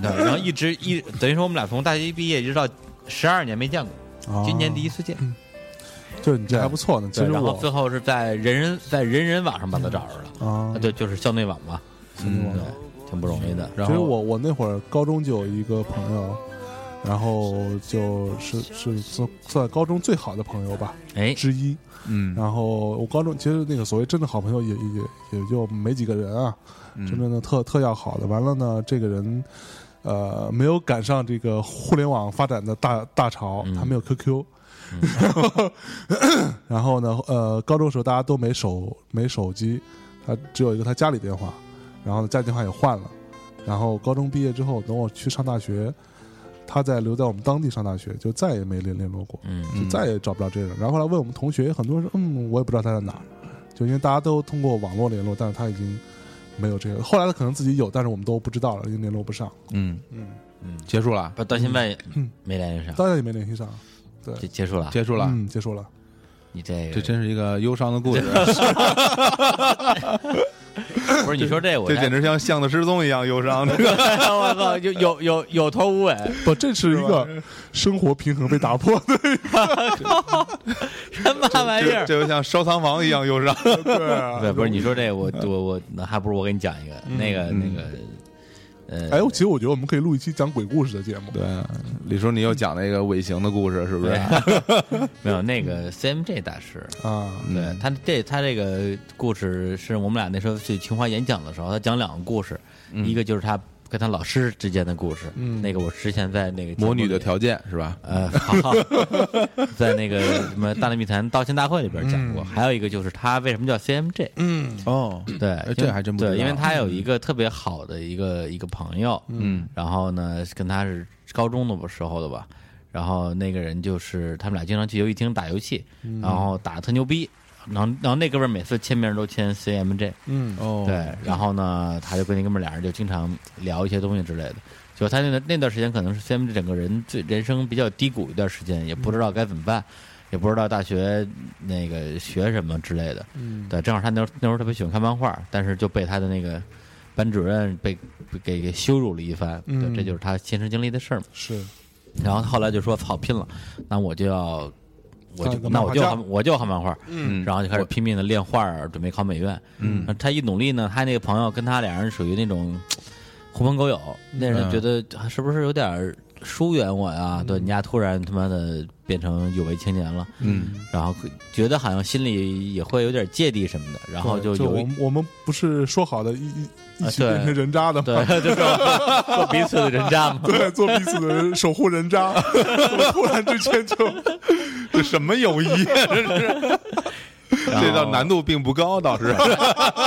Speaker 3: 对，然后一直一等于说我们俩从大学一毕业一直到十二年没见过，今年第一，次见。
Speaker 1: 哦啊嗯就你这还不错呢。其
Speaker 3: 对，
Speaker 1: 实
Speaker 3: 然后
Speaker 1: 我
Speaker 3: 最后是在人人在人人网上把他找着了，
Speaker 1: 啊
Speaker 3: 啊，，对，就是校内网嘛，
Speaker 2: 嗯
Speaker 3: 对，挺不容易的。
Speaker 2: 然
Speaker 1: 其实
Speaker 2: 后
Speaker 1: 我我那会儿高中就有一个朋友，然后就是是算算高中最好的朋友吧
Speaker 3: 哎，
Speaker 1: 之一。
Speaker 2: 嗯，
Speaker 1: 然后我高中其实那个所谓真的好朋友也也也就没几个人啊，
Speaker 2: 嗯
Speaker 1: 真正的特特要好的。完了呢，这个人呃没有赶上这个互联网发展的大大潮，
Speaker 3: 嗯
Speaker 1: 他没有 QQ。然后 *laughs* 然后呢，呃，高中时候大家都没手没手机，他只有一个他家里电话，然后呢家里电话也换了。然后高中毕业之后，等我去上大学，他在留在我们当地上大学，就再也没联联络过。
Speaker 3: 嗯
Speaker 1: 就再也找不着这人。然后后来问我们同学，很多人说，嗯，我也不知道他在哪儿，就因为大家都通过网络联络，但是他已经没有这个。后来他可能自己有，但是我们都不知道了，已经联络不上，
Speaker 2: 嗯
Speaker 1: 嗯，
Speaker 3: 嗯，
Speaker 2: 结束了，
Speaker 3: 不到现在
Speaker 1: 嗯
Speaker 3: 没联系上，
Speaker 1: 当然也没联系上。
Speaker 3: 就结束了。
Speaker 2: 结束了，
Speaker 1: 嗯，结束了。
Speaker 3: 你这
Speaker 2: 这
Speaker 3: 个
Speaker 2: 真是一个忧伤的故事，
Speaker 3: 不是你说这我
Speaker 2: 这
Speaker 3: 才
Speaker 2: 简直像象的失踪一样忧伤。这个
Speaker 3: *laughs* 我操，有有有有头无尾，
Speaker 1: 不，这是一个 *laughs* 生活平衡被打破的。
Speaker 3: 什 *laughs* 么玩
Speaker 2: *laughs*
Speaker 3: 意
Speaker 2: 这
Speaker 3: 儿？
Speaker 2: 这就像收藏房一样忧
Speaker 3: *laughs*
Speaker 2: 伤。
Speaker 1: 对啊，
Speaker 3: 对，不是你说这个我
Speaker 2: 嗯
Speaker 3: 我我，那还不如我给你讲一个那个那个，呃，
Speaker 1: 哎，我其实我觉得我们可以录一期讲鬼故事的节目。
Speaker 2: 对，李叔，你又讲那个尾行的故事，是不是？
Speaker 3: 对没有那个 CMJ 大师，
Speaker 1: 啊，
Speaker 3: 对
Speaker 2: 嗯
Speaker 3: 他这他这个故事是我们俩那时候去清华演讲的时候，他讲两个故事，
Speaker 2: 嗯
Speaker 3: 一个就是他跟他老师之间的故事，
Speaker 1: 嗯
Speaker 3: 那个我之前在那个
Speaker 2: 魔女的
Speaker 3: 节目里
Speaker 2: 条件是吧？
Speaker 3: 呃，好， *laughs* 在那个什么《大内密谈》道歉大会里边
Speaker 2: 嗯
Speaker 3: 讲过，还有一个就是他为什么叫 CMJ，
Speaker 1: 嗯
Speaker 2: 哦，
Speaker 3: 对
Speaker 2: 哎，
Speaker 3: 因
Speaker 2: 这
Speaker 3: 为
Speaker 2: 还真不知道
Speaker 3: 对，因为他有一个特别好的一个一个朋友，
Speaker 2: 嗯
Speaker 3: 然后呢，跟他是高中的时候的吧，然后那个人就是他们俩经常去游戏厅打游戏，
Speaker 2: 嗯
Speaker 3: 然后打得特牛逼，然后然后那哥们儿每次签名都签 CMJ，
Speaker 1: 嗯
Speaker 2: 哦，
Speaker 3: 对，然后呢，他就跟那哥们儿俩人就经常聊一些东西之类的。就他那段那段时间，可能是 CMJ 整个人最人生比较低谷一段时间，也不知道该怎么办，也不知道大学那个学什么之类的。
Speaker 1: 嗯，
Speaker 3: 对，正好他那时候那时候特别喜欢看漫画，但是就被他的那个班主任被被给给羞辱了一番。对，
Speaker 1: 嗯
Speaker 3: 这就是他亲身经历的事儿嘛。
Speaker 1: 是
Speaker 3: 然后后来就说操拼了，那我就要。我
Speaker 1: 干
Speaker 3: 就
Speaker 1: 个
Speaker 3: 那
Speaker 1: 漫
Speaker 3: 我
Speaker 1: 画
Speaker 3: 就
Speaker 1: 家
Speaker 3: 要我就要看漫画，
Speaker 2: 嗯
Speaker 3: 然后就开始拼命的练画儿，准备考美院。
Speaker 2: 嗯
Speaker 3: 那他一努力呢，他那个朋友跟他俩人属于那种狐朋狗友，
Speaker 2: 嗯
Speaker 3: 那人觉得啊是不是有点儿疏远我呀？对，你家突然他妈的变成有为青年了，
Speaker 2: 嗯
Speaker 3: 然后觉得好像心里也会有点芥蒂什么的，然后
Speaker 1: 对就
Speaker 3: 有
Speaker 1: 我
Speaker 3: 一
Speaker 1: 们我们不是说好的一一一
Speaker 3: 啊
Speaker 1: 起
Speaker 3: 对
Speaker 1: 变成人渣的吗？ *laughs*
Speaker 3: 对， *laughs* 就做做彼此的人渣嘛。
Speaker 1: 对，做彼此的守护人渣，怎么突然之间就
Speaker 2: *laughs*
Speaker 3: *laughs*
Speaker 2: 这什么友谊啊？这是这
Speaker 3: 哦
Speaker 2: 道难度并不高，倒是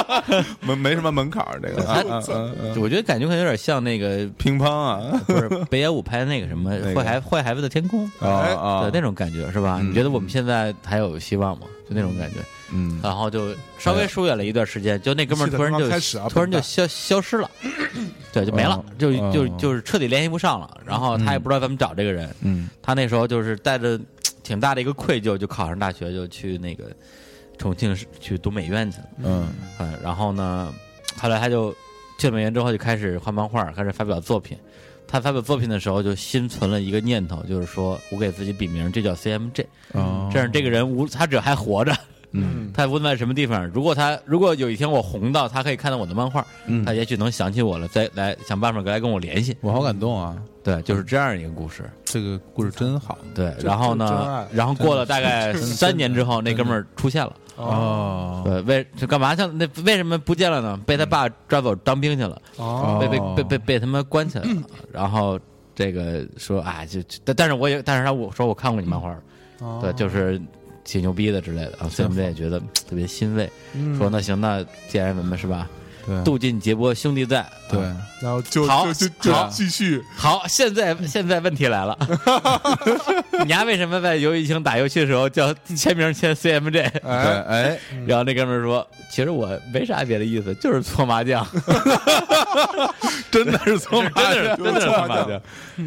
Speaker 2: *laughs* 没没什么门槛儿，这个
Speaker 3: 还
Speaker 2: 啊嗯嗯
Speaker 3: 我觉得感觉可能有点像
Speaker 2: *laughs*
Speaker 3: 那个
Speaker 2: 乒乓啊，
Speaker 3: 不是北野武拍的那个什么
Speaker 2: 那个
Speaker 3: 坏孩坏孩子的天空
Speaker 2: 啊啊，
Speaker 3: 哎的那种感觉是吧？你觉得我们现在还有希望吗？就那种感觉，
Speaker 2: 嗯，
Speaker 3: 然后就稍
Speaker 1: 哎
Speaker 3: 微疏远了一段时间，就那哥们儿突
Speaker 1: 是
Speaker 3: 然
Speaker 1: 的刚
Speaker 3: 就
Speaker 1: 刚开始啊哦
Speaker 3: 突然就
Speaker 1: 笨蛋
Speaker 3: 消消失了， *clears throat* 对，就没了，就
Speaker 2: 嗯
Speaker 3: 就就是彻底联系不上了。然后
Speaker 1: 嗯
Speaker 3: 他也不知道怎么找这个人，
Speaker 2: 嗯，
Speaker 3: 他那时候就是带着嘖挺大的一个愧疚，就考上大学，就去那个重庆是去读美院去了。
Speaker 2: 嗯
Speaker 3: 嗯，然后呢，后来他就去了美院之后就开始画漫画，开始发表作品。他发表作品的时候，就心存了一个念头，就是说我给自己笔名，这叫 CMJ，
Speaker 2: 哦
Speaker 3: 这样这个人无他只要还活着，
Speaker 1: 嗯
Speaker 3: 他无论在什么地方，如果他如果有一天我红到他可以看到我的漫画，
Speaker 2: 嗯
Speaker 3: 他也许能想起我了，再来想办法来跟我联系。
Speaker 2: 我好感动啊，
Speaker 3: 对，就是这样一个故事。
Speaker 2: 这个故事真好
Speaker 3: 对，
Speaker 1: 这
Speaker 3: 然后
Speaker 1: 这真爱
Speaker 3: 呢，然后过了大概三年之后，那哥们儿出现了。
Speaker 2: 哦
Speaker 3: 对，为就干嘛去了？那为什么不见了呢？被他爸抓走当兵去了，
Speaker 1: 嗯哦，
Speaker 3: 被被
Speaker 2: 哦
Speaker 3: 被被被他们关起来
Speaker 1: *clears throat*
Speaker 3: 了。然后这个说啊，就就但但是我也，但是他我说我看过你漫画，
Speaker 1: 哦
Speaker 3: 对，就是挺牛逼的之类的啊，所以我们也觉得特别欣慰。
Speaker 1: 嗯
Speaker 3: 说那行，那既然我们是吧，
Speaker 2: 对
Speaker 3: 渡尽劫波兄弟在，
Speaker 2: 对，
Speaker 1: 然后就
Speaker 3: 好
Speaker 1: 就就就
Speaker 3: 好
Speaker 1: 继续
Speaker 3: 好，现在现在问题来了， *laughs* 你丫为什么在游戏厅打游戏的时候叫签名签 CMJ？
Speaker 2: 哎哎，
Speaker 3: 然后那哥们儿说：“其实我没啥别的意思，就是搓麻将，
Speaker 2: 真的是从
Speaker 3: *laughs* 真的是
Speaker 1: 就
Speaker 3: 真的
Speaker 1: 是
Speaker 3: 是
Speaker 1: 搓麻
Speaker 3: 搓麻
Speaker 1: 将
Speaker 3: 将。”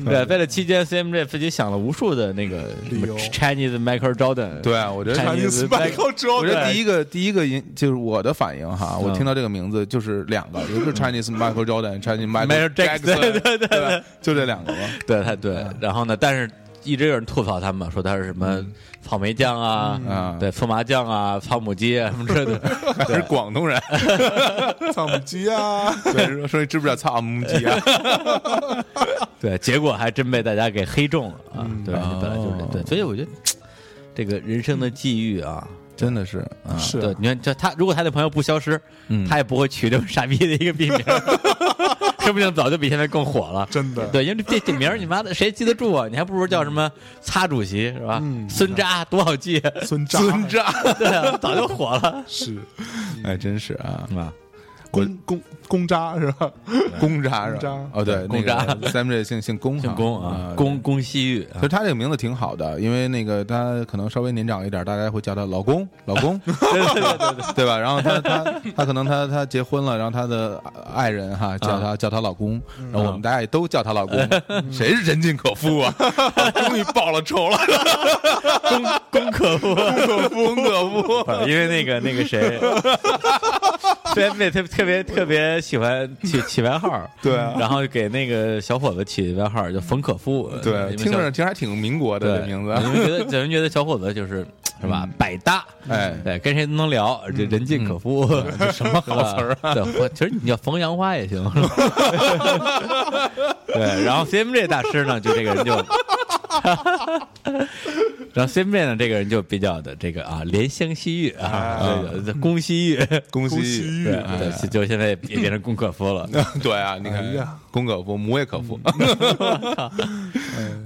Speaker 3: 对，在这期间，CMJ 自己想了无数的那个什么
Speaker 1: 理由
Speaker 3: Chinese Michael Jordan，
Speaker 2: 对啊，我觉得
Speaker 3: 哎
Speaker 1: 把
Speaker 2: 他
Speaker 1: 你
Speaker 3: 你
Speaker 1: Michael
Speaker 2: 我觉得
Speaker 1: Jordan
Speaker 2: 第一个第一个引就是我的反应哈，我听到这个名字就是两个，一个是 Chinese Michael Jordan，Chinese Michael
Speaker 3: Michael Jackson，
Speaker 2: Jackson，对对对，就这两个 *laughs* 吧。
Speaker 3: 对，他对。然后呢，但是一直有人吐槽他们，说他是什么草莓酱啊，
Speaker 2: 啊
Speaker 3: 对，搓麻将啊，草母鸡啊什么之类的。
Speaker 2: 还是广东 *laughs* 人，
Speaker 1: 草木鸡啊，
Speaker 2: 对，说说你知不知道操母鸡 *laughs* 啊？
Speaker 3: 对，结果还真被大家给黑中了啊！对，
Speaker 2: 哦
Speaker 3: 本来就是对，所以我觉得这个人生的际遇啊，
Speaker 2: 真的是啊，
Speaker 1: 是
Speaker 3: 嗯对，你看，就他如果他那朋友不消失，
Speaker 2: 嗯
Speaker 3: 他也不会取这么傻逼的一个笔名，说不定早就比现在更火了。
Speaker 1: 真的
Speaker 3: 对，因为这这名儿你妈的谁记得住啊？你还不如叫什么擦主席是吧？孙扎多好记，
Speaker 1: 孙扎
Speaker 2: 尊渣，
Speaker 3: 对啊，早就火了， *laughs*
Speaker 1: 是
Speaker 2: 哎，真是啊，
Speaker 3: 是吧？
Speaker 1: 公公公扎是吧？
Speaker 3: 嗯
Speaker 2: 公渣是
Speaker 1: 公
Speaker 2: 吧
Speaker 1: 渣？
Speaker 2: 哦，对，
Speaker 3: 公渣
Speaker 2: 那个 Sam 这姓姓公哈，
Speaker 3: 姓龚啊，龚龚西域啊
Speaker 2: 其实他这个名字挺好的，因为那个他可能稍微年长一点，大家会叫他老公，老公， *laughs* 对对对对吧？然后他他他可能他他结婚了，然后他的爱人哈叫他叫他老公，然后我们大家也都叫他老公，谁是人尽可夫 *laughs* 啊？终于报了仇
Speaker 3: *laughs*
Speaker 2: 了，
Speaker 3: 龚可夫，
Speaker 2: 可夫可夫，
Speaker 3: 因为那个那
Speaker 2: *laughs*
Speaker 3: 个谁，对，那特特别特别喜欢起起外号，
Speaker 2: 对啊
Speaker 3: 然后给那个小伙子起外号叫冯可夫，因
Speaker 2: 对，
Speaker 3: 为
Speaker 2: 听
Speaker 3: 小
Speaker 2: 着听着还挺民国的这
Speaker 3: 对
Speaker 2: 名
Speaker 3: 你
Speaker 2: 字，
Speaker 3: 们觉得，有人觉得小伙子就是是吧，百搭，
Speaker 2: 哎
Speaker 3: 对，跟谁都能聊，这人尽可夫，这什么好词儿嗯啊？对，或其实你叫冯杨花也行。是吧 *laughs* 对，然后 CMJ 大师呢，就这个人就。然后 CMJ 呢，这个人就比较的这个啊，怜香惜玉啊，这个宫惜玉，
Speaker 2: 恭
Speaker 1: 恭喜
Speaker 2: 喜。
Speaker 1: 玉
Speaker 3: 对，对，就现在也变成龚可夫
Speaker 2: *laughs*
Speaker 3: 了。
Speaker 2: 对
Speaker 1: *laughs*
Speaker 2: 啊，你
Speaker 1: 哎
Speaker 2: 看
Speaker 1: 呀，
Speaker 2: 公可夫，母也可夫。 *laughs*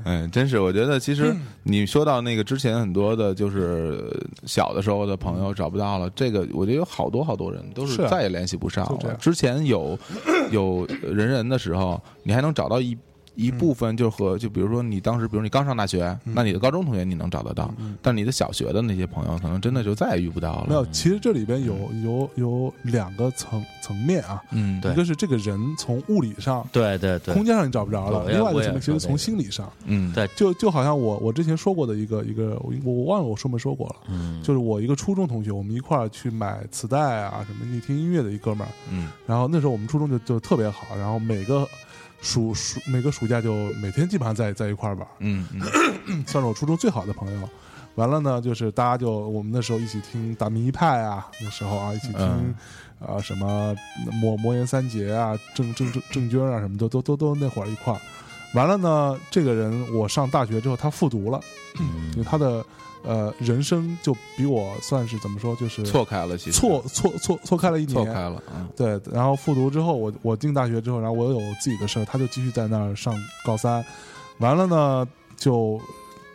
Speaker 2: 嗯，真是，我觉得其实
Speaker 1: 嗯
Speaker 2: 你说到那个之前很多的，就是小的时候的朋友找不到了，这个我觉得有好多好多人都
Speaker 1: 是
Speaker 2: 是
Speaker 1: 啊
Speaker 2: 再也联系不上
Speaker 1: 就这
Speaker 2: 了。
Speaker 1: 样
Speaker 2: 之前有 *coughs* 有人人的时候，你还能找到一。一部分就和就比如说你当时，比如你刚上大学，那你的高中同学你能找得到，但你的小学的那些朋友，可能真的就再也遇不到
Speaker 1: 嗯没有
Speaker 2: 了。，
Speaker 1: 其实这里边有有有两个层层面啊，
Speaker 2: 嗯，
Speaker 3: 对
Speaker 1: 一个是这个人从物理上、
Speaker 3: *laughs* 对对对
Speaker 1: 空间上你找不着了，
Speaker 3: 对
Speaker 1: 另外一
Speaker 3: 我
Speaker 1: 个
Speaker 3: 也
Speaker 1: 层面其
Speaker 3: 我
Speaker 1: 实
Speaker 3: 也
Speaker 1: 从心理上，
Speaker 2: 嗯，
Speaker 3: 对
Speaker 1: 就就好像我我之前说过的一个一个，我我我忘了我说没说过了，
Speaker 3: 嗯
Speaker 1: 就是我一个初中同学，我们一块儿去买磁带啊什么一起听音乐的一哥们儿，
Speaker 2: 嗯，
Speaker 1: 然后那时候我们初中就就特别好，然后每个暑暑每个暑假就每天基本上在在一块儿玩，
Speaker 2: 嗯，嗯
Speaker 1: 算是我初中最好的朋友。完了呢，就是大家就我们那时候一起听达明一派啊，那时候啊一起听
Speaker 2: 嗯
Speaker 1: 啊、什么魔魔岩三杰啊、郑郑郑郑钧啊什么的，都都都那会儿一块儿。完了呢，这个人我上大学之后他复读了，
Speaker 2: 嗯
Speaker 1: 因为他的呃人生就比我算是怎么说就是
Speaker 2: 错开了，其实
Speaker 1: 错错错错开了一年，
Speaker 2: 错开了啊，
Speaker 1: 对，然后复读之后，我我进大学之后，然后我有自己的事儿，他就继续在那儿上高三，完了呢，就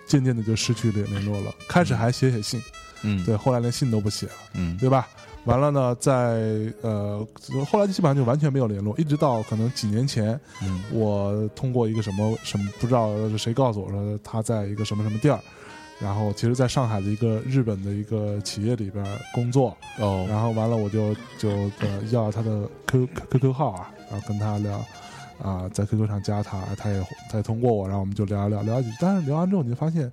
Speaker 1: 渐渐的就失去联联络了。开始还写写信，
Speaker 2: 嗯，
Speaker 1: 对，后来连信都不写了，
Speaker 2: 嗯
Speaker 1: 对吧？完了呢，在呃，后来基本上就完全没有联络，一直到可能几年前，
Speaker 2: 嗯
Speaker 1: 我通过一个什么什么不知道是谁告诉我说他在一个什么什么店儿，然后其实在上海的一个日本的一个企业里边工作，
Speaker 2: 哦，
Speaker 1: 然后完了我就就呃要他的 Q Q Q 号啊，然后跟他聊啊、在 QQ 上加他，他也他也通过我，然后我们就聊一聊聊几句，但是聊完之后你就发现，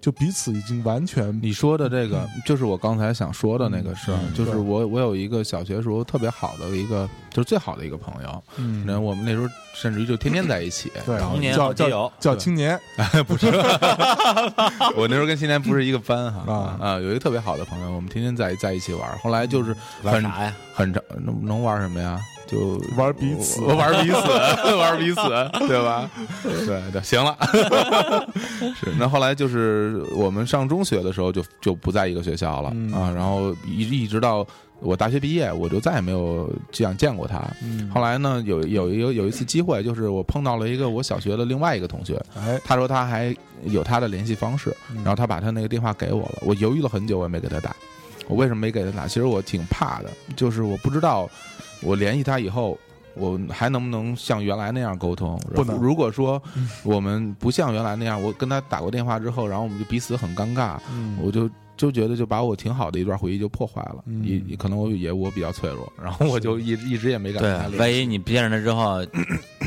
Speaker 1: 就彼此已经完全
Speaker 2: 你说的这个就是我刚才想说的那个事儿，
Speaker 3: 嗯
Speaker 2: 就是
Speaker 1: 对
Speaker 2: 我我有一个小学时候特别好的一个，就是最好的一个朋友，
Speaker 1: 嗯
Speaker 2: 那我们那时候甚至于就天天在一
Speaker 3: *laughs*
Speaker 2: 起，
Speaker 1: 对啊
Speaker 3: 童年
Speaker 1: 叫
Speaker 3: 好基友
Speaker 1: 叫叫
Speaker 2: 对
Speaker 1: 青年，
Speaker 2: 我那时候跟新年不是一个班哈
Speaker 1: 啊
Speaker 2: 啊，有一个特别好的朋友，我们天天在在一起玩儿。后来就是
Speaker 3: 嗯玩
Speaker 2: 很
Speaker 3: 啥呀？
Speaker 2: 很长，能能玩什么呀？就
Speaker 1: 玩彼此
Speaker 2: 我玩
Speaker 1: *laughs*
Speaker 2: 彼此，玩彼此，对吧？对对，行
Speaker 1: *laughs*
Speaker 2: 了。是，那后来就是我们上中学的时候就就不在一个学校了、
Speaker 1: 嗯
Speaker 2: 啊，然后一一直到我大学毕业，我就再也没有这样见过他。
Speaker 1: 嗯
Speaker 2: 后来呢，有有一个有一次机会，就是我碰到了一个我小学的另外一个同学，
Speaker 1: 哎，
Speaker 2: 他说他还有他的联系方式，然后他把他那个电话给我了。我犹豫了很久，我也没给他打。我为什么没给他打？其实我挺怕的，就是我不知道我联系他以后，我还能不能像原来那样沟通？
Speaker 1: 不能
Speaker 2: 如果说我们不像原来那样，我跟他打过电话之后，然后我们就彼此很尴尬，
Speaker 1: 嗯
Speaker 2: 我就。就觉得就把我挺好的一段回忆就破坏了，
Speaker 1: 嗯
Speaker 2: 也也可能我也我比较脆弱，然后我就一一直也没敢
Speaker 3: 对
Speaker 2: 跟他，联系
Speaker 3: 万一你见着他之后，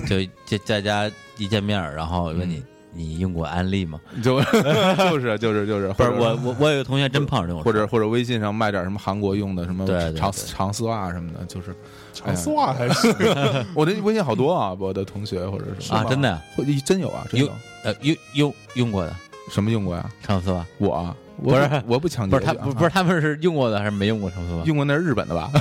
Speaker 3: 就就在家一见面儿，然后问
Speaker 2: 嗯
Speaker 3: 你，你用过安利吗？
Speaker 2: 就 *laughs* 就是就是就是，
Speaker 3: 不
Speaker 2: 或
Speaker 3: 是
Speaker 2: 者
Speaker 3: 我我我有个同学真碰上这种事
Speaker 2: 或者或者微信上卖点什么韩国用的什么
Speaker 3: 对对对
Speaker 2: 长长丝袜什么的，就是
Speaker 1: 长丝袜还是
Speaker 2: 我的微信好多啊，我的同学或者是
Speaker 3: 啊，
Speaker 1: 吗
Speaker 3: 真的呀，
Speaker 2: 会真有啊，真有
Speaker 3: 有呃用用用过的
Speaker 2: 什么用过呀？
Speaker 3: 长丝袜，
Speaker 2: 我啊我
Speaker 3: 不是
Speaker 2: 我不抢
Speaker 3: 不
Speaker 2: 劫
Speaker 3: 是
Speaker 2: 去
Speaker 3: 他
Speaker 2: 啊，
Speaker 3: 不不是他们是用过的还是没用过长丝袜？
Speaker 2: 用过那是日本的吧？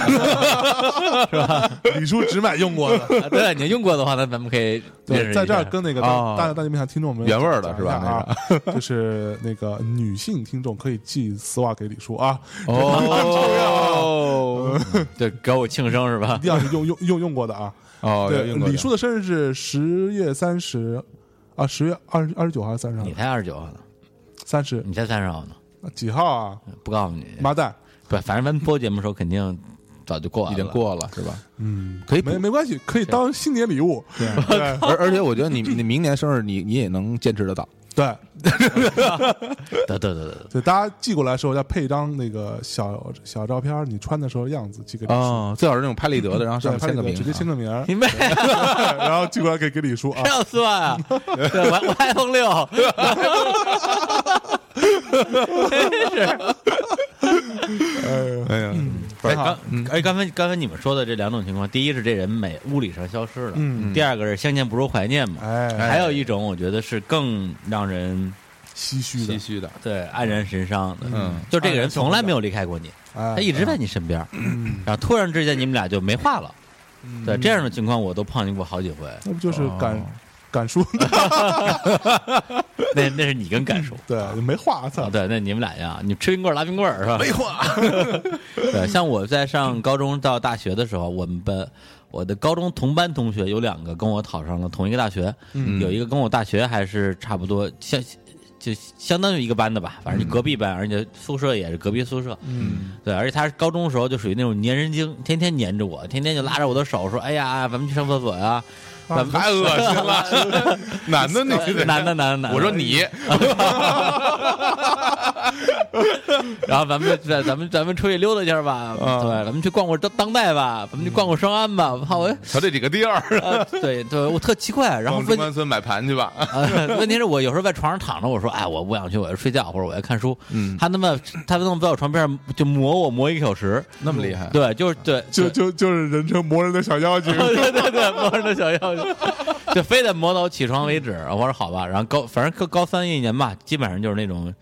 Speaker 1: 李叔只买用过的。
Speaker 3: 啊对，你用过的话，那咱们可以认识
Speaker 1: 对，
Speaker 3: 一
Speaker 1: 在这儿
Speaker 3: 下
Speaker 1: 跟那个
Speaker 2: 啊
Speaker 1: 大大大家面向听众们
Speaker 2: 原味儿的
Speaker 1: 讲
Speaker 2: 是吧
Speaker 1: 一下啊，就是那个女性听众可以寄丝袜给李叔啊，
Speaker 2: 哦
Speaker 3: 对给我庆生是吧
Speaker 1: 一？定要是用用用用过的啊。
Speaker 2: 哦，
Speaker 1: 对，
Speaker 2: 用过
Speaker 1: 李叔的生日是十月三十啊，十月二十二十九号还是三十号
Speaker 3: 你？
Speaker 2: 嗯
Speaker 3: 才二十九号呢，
Speaker 1: 三十
Speaker 3: 你才三十号呢，
Speaker 1: 几号啊？
Speaker 3: 不告诉你，
Speaker 2: 嗯
Speaker 1: 妈蛋，
Speaker 3: 不，反正咱们播节目的时候肯定早就过完
Speaker 2: 已
Speaker 3: 了，
Speaker 2: 经过了是吧？
Speaker 1: 嗯，
Speaker 2: 可以补
Speaker 1: 没没关系，可以当新年礼物。 *laughs* 对
Speaker 2: 而而且我觉得你你明年生日你你也能坚持得到，
Speaker 1: 对
Speaker 3: 对对对对
Speaker 2: *laughs*
Speaker 3: 对，
Speaker 1: 对，大家寄过来的时候要配一张那个小小照片，你穿的时候的样子寄给李叔。
Speaker 2: 哦，最好是那种拍立得的，然后上
Speaker 1: 对，
Speaker 2: 面
Speaker 1: 拍
Speaker 2: 签
Speaker 1: 那
Speaker 2: 个名
Speaker 1: 个
Speaker 2: 啊，
Speaker 1: 直接签个名儿，
Speaker 2: *laughs*
Speaker 3: 你妹
Speaker 1: 对然后寄过来给给李叔啊。
Speaker 3: 要四万
Speaker 2: *laughs*
Speaker 3: 啊！对，我我 iPhone 六，
Speaker 2: 哎呀，
Speaker 3: 哎，
Speaker 1: 好嗯
Speaker 3: 刚哎，刚才刚才你们说的这两种情况，第一是这人美物理上消失了，
Speaker 1: 嗯
Speaker 3: 第二个是相见不如怀念嘛，
Speaker 1: 哎，
Speaker 3: 还有一种我觉得是更让人
Speaker 1: 唏嘘
Speaker 2: 唏
Speaker 1: 的，
Speaker 2: 嘘的，
Speaker 3: 对黯然神伤的，
Speaker 2: 嗯，
Speaker 3: 就这个人从来没有离开过你，
Speaker 1: 他
Speaker 3: 他一直
Speaker 1: 嗯
Speaker 3: 在你身边，然后突然之间你们俩就没话了，
Speaker 1: 嗯
Speaker 3: 对这样的情况我都碰见过好几回，
Speaker 1: 那不就是
Speaker 2: 哦
Speaker 1: 敢敢说
Speaker 3: 那那是你跟感受。
Speaker 1: *laughs*
Speaker 2: *laughs*
Speaker 1: 对，没话，
Speaker 3: *laughs* 啊，
Speaker 1: 操，
Speaker 3: 对，那你们俩一样，你吃冰棍儿拉冰棍儿是吧？没话。 *laughs* 对，像我在上高中到大学的时候，我们班我的高中同班同学有两个跟我考上了同一个大学，
Speaker 1: 嗯
Speaker 3: 有一个跟我大学还是差不多相就相当于一个班的吧，反正就隔壁班，而且宿舍也是隔壁宿舍。
Speaker 1: 嗯，
Speaker 3: 对，而且他高中的时候就属于那种粘人精，天天粘着我，天天就拉着我的手说：“哎呀，咱们去上厕所啊呀、咱们
Speaker 2: 太恶心了，嗯 *laughs* 男的女的，
Speaker 3: *laughs* 男的男的男的。”
Speaker 2: 我说你，
Speaker 3: 然后咱们咱咱们咱们出去溜达一下吧，
Speaker 2: 啊
Speaker 3: 对，咱们去逛逛当当代吧，咱们去逛逛双安吧。我怕我，
Speaker 2: 瞧这几个地儿，啊 *laughs*
Speaker 3: 呃对对，我特奇怪。然后
Speaker 2: 往中
Speaker 3: 问，
Speaker 2: 关村买盘去吧。
Speaker 3: 呃问题是我有时候在床上躺着，我说，哎，我不想去，我要睡觉或者我要看书。
Speaker 2: 嗯，
Speaker 3: 他那么他那么在我床边上就磨我磨一个小时，
Speaker 2: 那么厉害，
Speaker 3: 对，就是对，
Speaker 1: 就
Speaker 3: 对，
Speaker 1: 就就是人称魔人的小妖精
Speaker 2: *laughs*
Speaker 3: 对对对，磨人的小妖精，就非得磨到我起床为止。 *laughs* 我说好吧，然后高反正高高三一年吧，基本上就是那种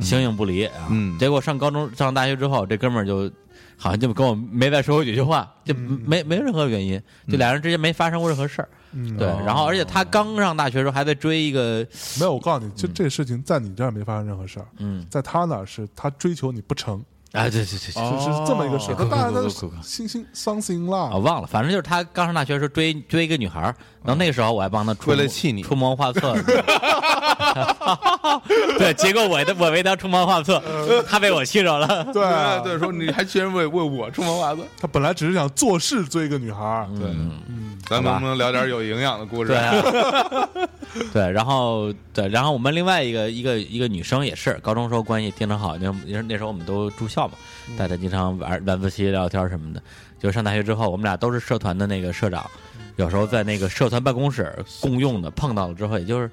Speaker 3: 形影不离啊。
Speaker 2: 嗯
Speaker 3: 结果上高中上大学之后，这哥们儿就好像就跟我没再说过几句话，就没、没任何原因，就俩人之间没发生过任何事儿。
Speaker 1: 嗯
Speaker 3: 对，然后而且他刚上大学的时候还在追一个，
Speaker 1: 没有，我告诉你，就这事情在你这儿没发生任何事儿，
Speaker 3: 嗯，
Speaker 1: 在他那儿是他追求你不成，
Speaker 3: 啊，对对对对，
Speaker 1: 是是这么一个
Speaker 3: *laughs*
Speaker 1: 事儿。
Speaker 3: 哦
Speaker 1: 他当然他
Speaker 3: 酷酷酷酷
Speaker 1: 星星 something
Speaker 3: 啊，
Speaker 1: love，
Speaker 3: 忘了，反正就是他刚上大学的时候追追一个女孩儿，然后那个时候我还帮他出
Speaker 2: 为了气你
Speaker 3: 出谋划策， *laughs* 对，结果我的我没当出谋划策，他被我气着了。
Speaker 1: 对啊
Speaker 2: 对，说你还居然为为我出谋划策，
Speaker 1: 他本来只是想做事追一个女孩儿，
Speaker 2: 对，咱们能不能聊点有营养的故事
Speaker 3: 嗯对？啊，
Speaker 2: *laughs*
Speaker 3: 对，然后对，然后我们另外一个一个一个女生也是，高中时候关系非常好，那那那时候我们都住校嘛，
Speaker 2: 嗯
Speaker 3: 大家经常玩晚自习聊天什么的。就上大学之后，我们俩都是社团的那个社长，
Speaker 2: 嗯
Speaker 3: 有时候在那个社团办公室共用的，碰到了之后，也就是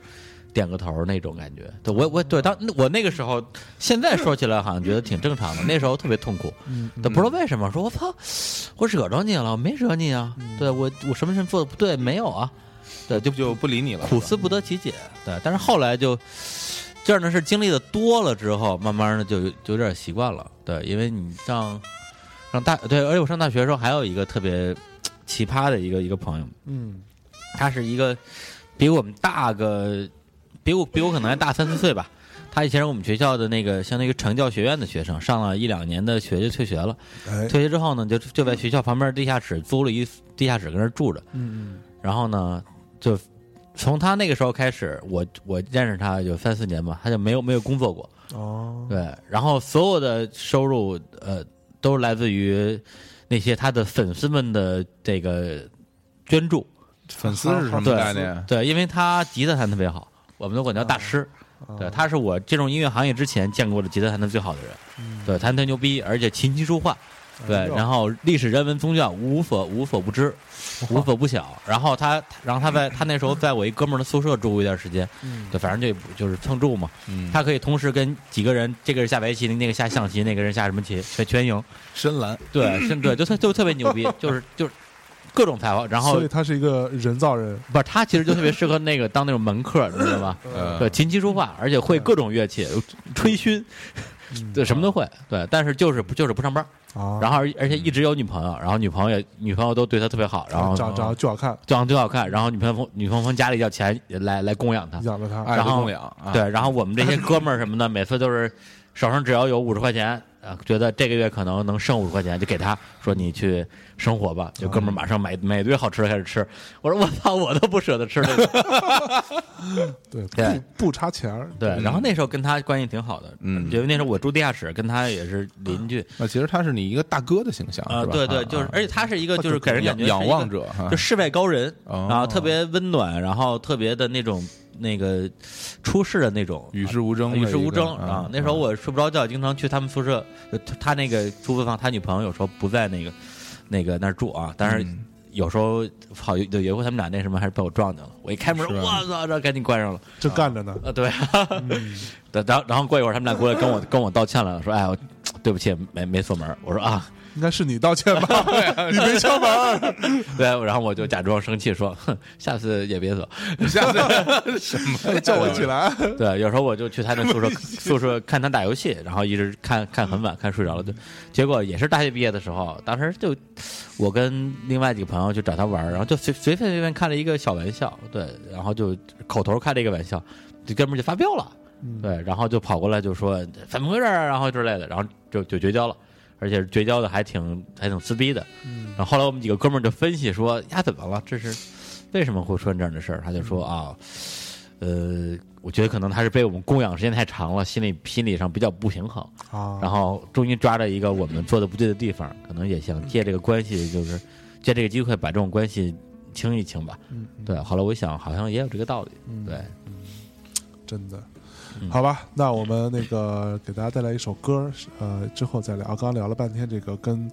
Speaker 3: 点个头那种感觉。对我我对当我那个时候，现在说起来好像觉得挺正常的，那时候特别痛苦，
Speaker 1: 嗯
Speaker 3: 但不知道为什么，说我操，我惹着你了，我没惹你啊，对我我什么事做的不对，没有啊，对，就
Speaker 2: 就不理你了，
Speaker 3: 苦思不得其解。对，但是后来就这样的事经历的多了之后，慢慢的就有就有点习惯了。对，因为你上上大对，而且我上大学的时候还有一个特别奇葩的一个一个朋友，
Speaker 1: 嗯
Speaker 3: 他是一个比我们大个，比我比我可能还大三四岁吧。他以前是我们学校的那个，相当于成教学院的学生，上了一两年的学就退学了。
Speaker 1: 哎
Speaker 3: 退学之后呢，就就在学校旁边地下室租了一地下室，跟那儿住着。
Speaker 1: 嗯
Speaker 3: 然后呢，就从他那个时候开始，我我认识他有三四年吧，他就没有没有工作过。
Speaker 1: 嗯哦
Speaker 3: 对，然后所有的收入呃都是来自于那些他的粉丝们的这个捐助。
Speaker 2: 粉丝是什么
Speaker 3: 对
Speaker 2: 概念？
Speaker 3: 对，因为他吉他弹得特别好，我们都管他叫大师。
Speaker 1: 哦
Speaker 3: 对，他是我进入音乐行业之前见过的吉他弹得最好的人。对，弹得特牛逼，而且琴棋书画，对，
Speaker 1: 嗯哎呦
Speaker 3: 然后历史、人文、宗教无所无所不知，无所不晓。然后他，然后他在他那时候在我一哥们儿的宿舍住过一段时间，
Speaker 1: 嗯
Speaker 3: 对，反正就就是蹭住嘛。
Speaker 2: 嗯，
Speaker 3: 他可以同时跟几个人，这个人下围棋，那个下象棋，那个人下什么棋，全全赢。
Speaker 2: 深蓝，
Speaker 3: 对，是，对，就特就特别牛逼，就是就是各种才华。然后
Speaker 1: 所以他是一个人造人，
Speaker 3: 不是他其实就特别适合那个当那种门客，你知道吧？
Speaker 2: 呃
Speaker 3: 对，，琴棋书画，而且会各种乐器，吹埙，对，什么都会。对，但是就是不就是不上班，
Speaker 1: 嗯啊，
Speaker 3: 然后而而且一直有女朋友，然后女朋友也女朋友都对他特别好，然后啊
Speaker 1: 长长得就好看，
Speaker 3: 长得最好看，然后女朋友从女朋友从家里要钱来来供养他，
Speaker 1: 养着他
Speaker 2: 爱的
Speaker 3: 然后
Speaker 2: 供养啊，
Speaker 3: 对，然后我们这些哥们儿什么的，每次都是手上只要有五十块钱，啊，觉得这个月可能能剩五十块钱，就给他说你去生活吧。就哥们儿马上买买一堆好吃的开始吃，我说我操，我都不舍得吃这个。
Speaker 1: 对，
Speaker 3: 对
Speaker 1: 不不差钱儿，
Speaker 3: 对， *laughs* 然后那时候跟他关系挺好的，
Speaker 2: 嗯
Speaker 3: 因为那时候我住地下室，跟他也是邻居，
Speaker 2: 那其实他是你一个大哥的形象
Speaker 3: 啊，
Speaker 2: 是吧
Speaker 3: 对对，
Speaker 2: 啊
Speaker 3: 就是
Speaker 2: 啊，
Speaker 3: 而且他是一个就是给人感觉
Speaker 2: 仰
Speaker 3: 是一个
Speaker 2: 仰望者哈
Speaker 3: 就世外高人，
Speaker 2: 啊哦
Speaker 3: 然后特别温暖，然后特别的那种那个出世的那种，
Speaker 2: *laughs* 与世无争的一
Speaker 3: 与
Speaker 2: 个，
Speaker 3: 世无争
Speaker 2: 啊
Speaker 3: 啊！。那时候
Speaker 2: *laughs*
Speaker 3: 我睡不着觉，经常去他们宿舍，就他那个租房，他女朋友有时候不在那个那个那儿住啊，但是
Speaker 2: 嗯
Speaker 3: 有时候好有有一回他们俩那什么还是被我撞见了，我一开门，
Speaker 2: 是啊吧
Speaker 3: 我操，这赶紧关上了。
Speaker 1: 正干着呢，嗯
Speaker 3: 啊，对，对，然后然后过一会儿他们俩过来跟我跟我道歉了，说哎我对不起没没锁门，我说啊
Speaker 1: 应该是你道歉吧？
Speaker 3: *laughs*
Speaker 1: 你没敲门儿，
Speaker 3: 对，然后我就假装生气说哼下次也别锁。
Speaker 2: 下次
Speaker 3: *laughs*
Speaker 2: 什么
Speaker 1: 叫我起来，
Speaker 3: 对，有时候我就去他那宿舍宿舍看他打游戏，然后一直看看很晚，看睡着了。对，结果也是大学毕业的时候，当时就我跟另外几个朋友去找他玩儿，然后就随随便随便开了一个小玩笑，对，然后就口头开了一个玩笑，这哥们儿就发飙了，对，然后就跑过来就说怎么回事儿啊，然后之类的，然后就就绝交了。而且绝交的还挺还挺撕逼的，然后后来我们几个哥们儿就分析说呀怎么了？这是为什么会出现这样的事儿？他就说啊，呃，我觉得可能他是被我们供养时间太长了，心理心理上比较不平衡，
Speaker 1: 啊，
Speaker 3: 然后终于抓着一个我们做的不对的地方，可能也想借这个关系，就是借这个机会把这种关系清一清吧。
Speaker 1: 嗯嗯
Speaker 3: 对，后来我一想，好像也有这个道理。对，
Speaker 1: 真的。
Speaker 3: 嗯
Speaker 1: 好吧，那我们那个给大家带来一首歌，呃，之后再聊。刚刚聊了半天这个跟，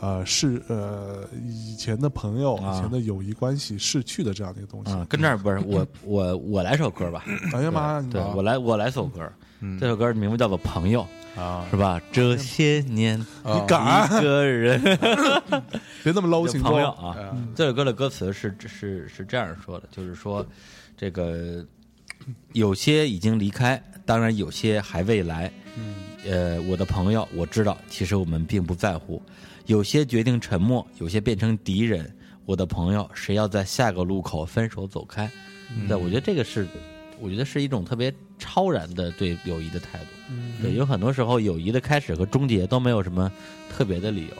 Speaker 1: 呃，逝呃以前的朋友、
Speaker 3: 啊
Speaker 1: 以前的友谊关系逝去的这样的一个东西。
Speaker 3: 啊，跟这儿不是我我我来首歌吧。
Speaker 1: 哎呀妈，你
Speaker 3: 对
Speaker 1: 啊
Speaker 3: 我来我来首歌，这首歌名字叫做《朋友》，
Speaker 2: 啊？
Speaker 3: 是吧？这些年
Speaker 1: 你敢
Speaker 3: 一个人。
Speaker 1: 别那么 low
Speaker 3: 就
Speaker 1: 行
Speaker 3: 朋友
Speaker 1: 不？
Speaker 3: 啊，这首歌的歌词是是是这样说的，就是说这个有些已经离开，当然有些还未来。呃，我的朋友，我知道，其实我们并不在乎。有些决定沉默，有些变成敌人。我的朋友，谁要在下个路口分手走开？对，我觉得这个是，我觉得是一种特别超然的对友谊的态度。对，有很多时候友谊的开始和终结都没有什么特别的理由。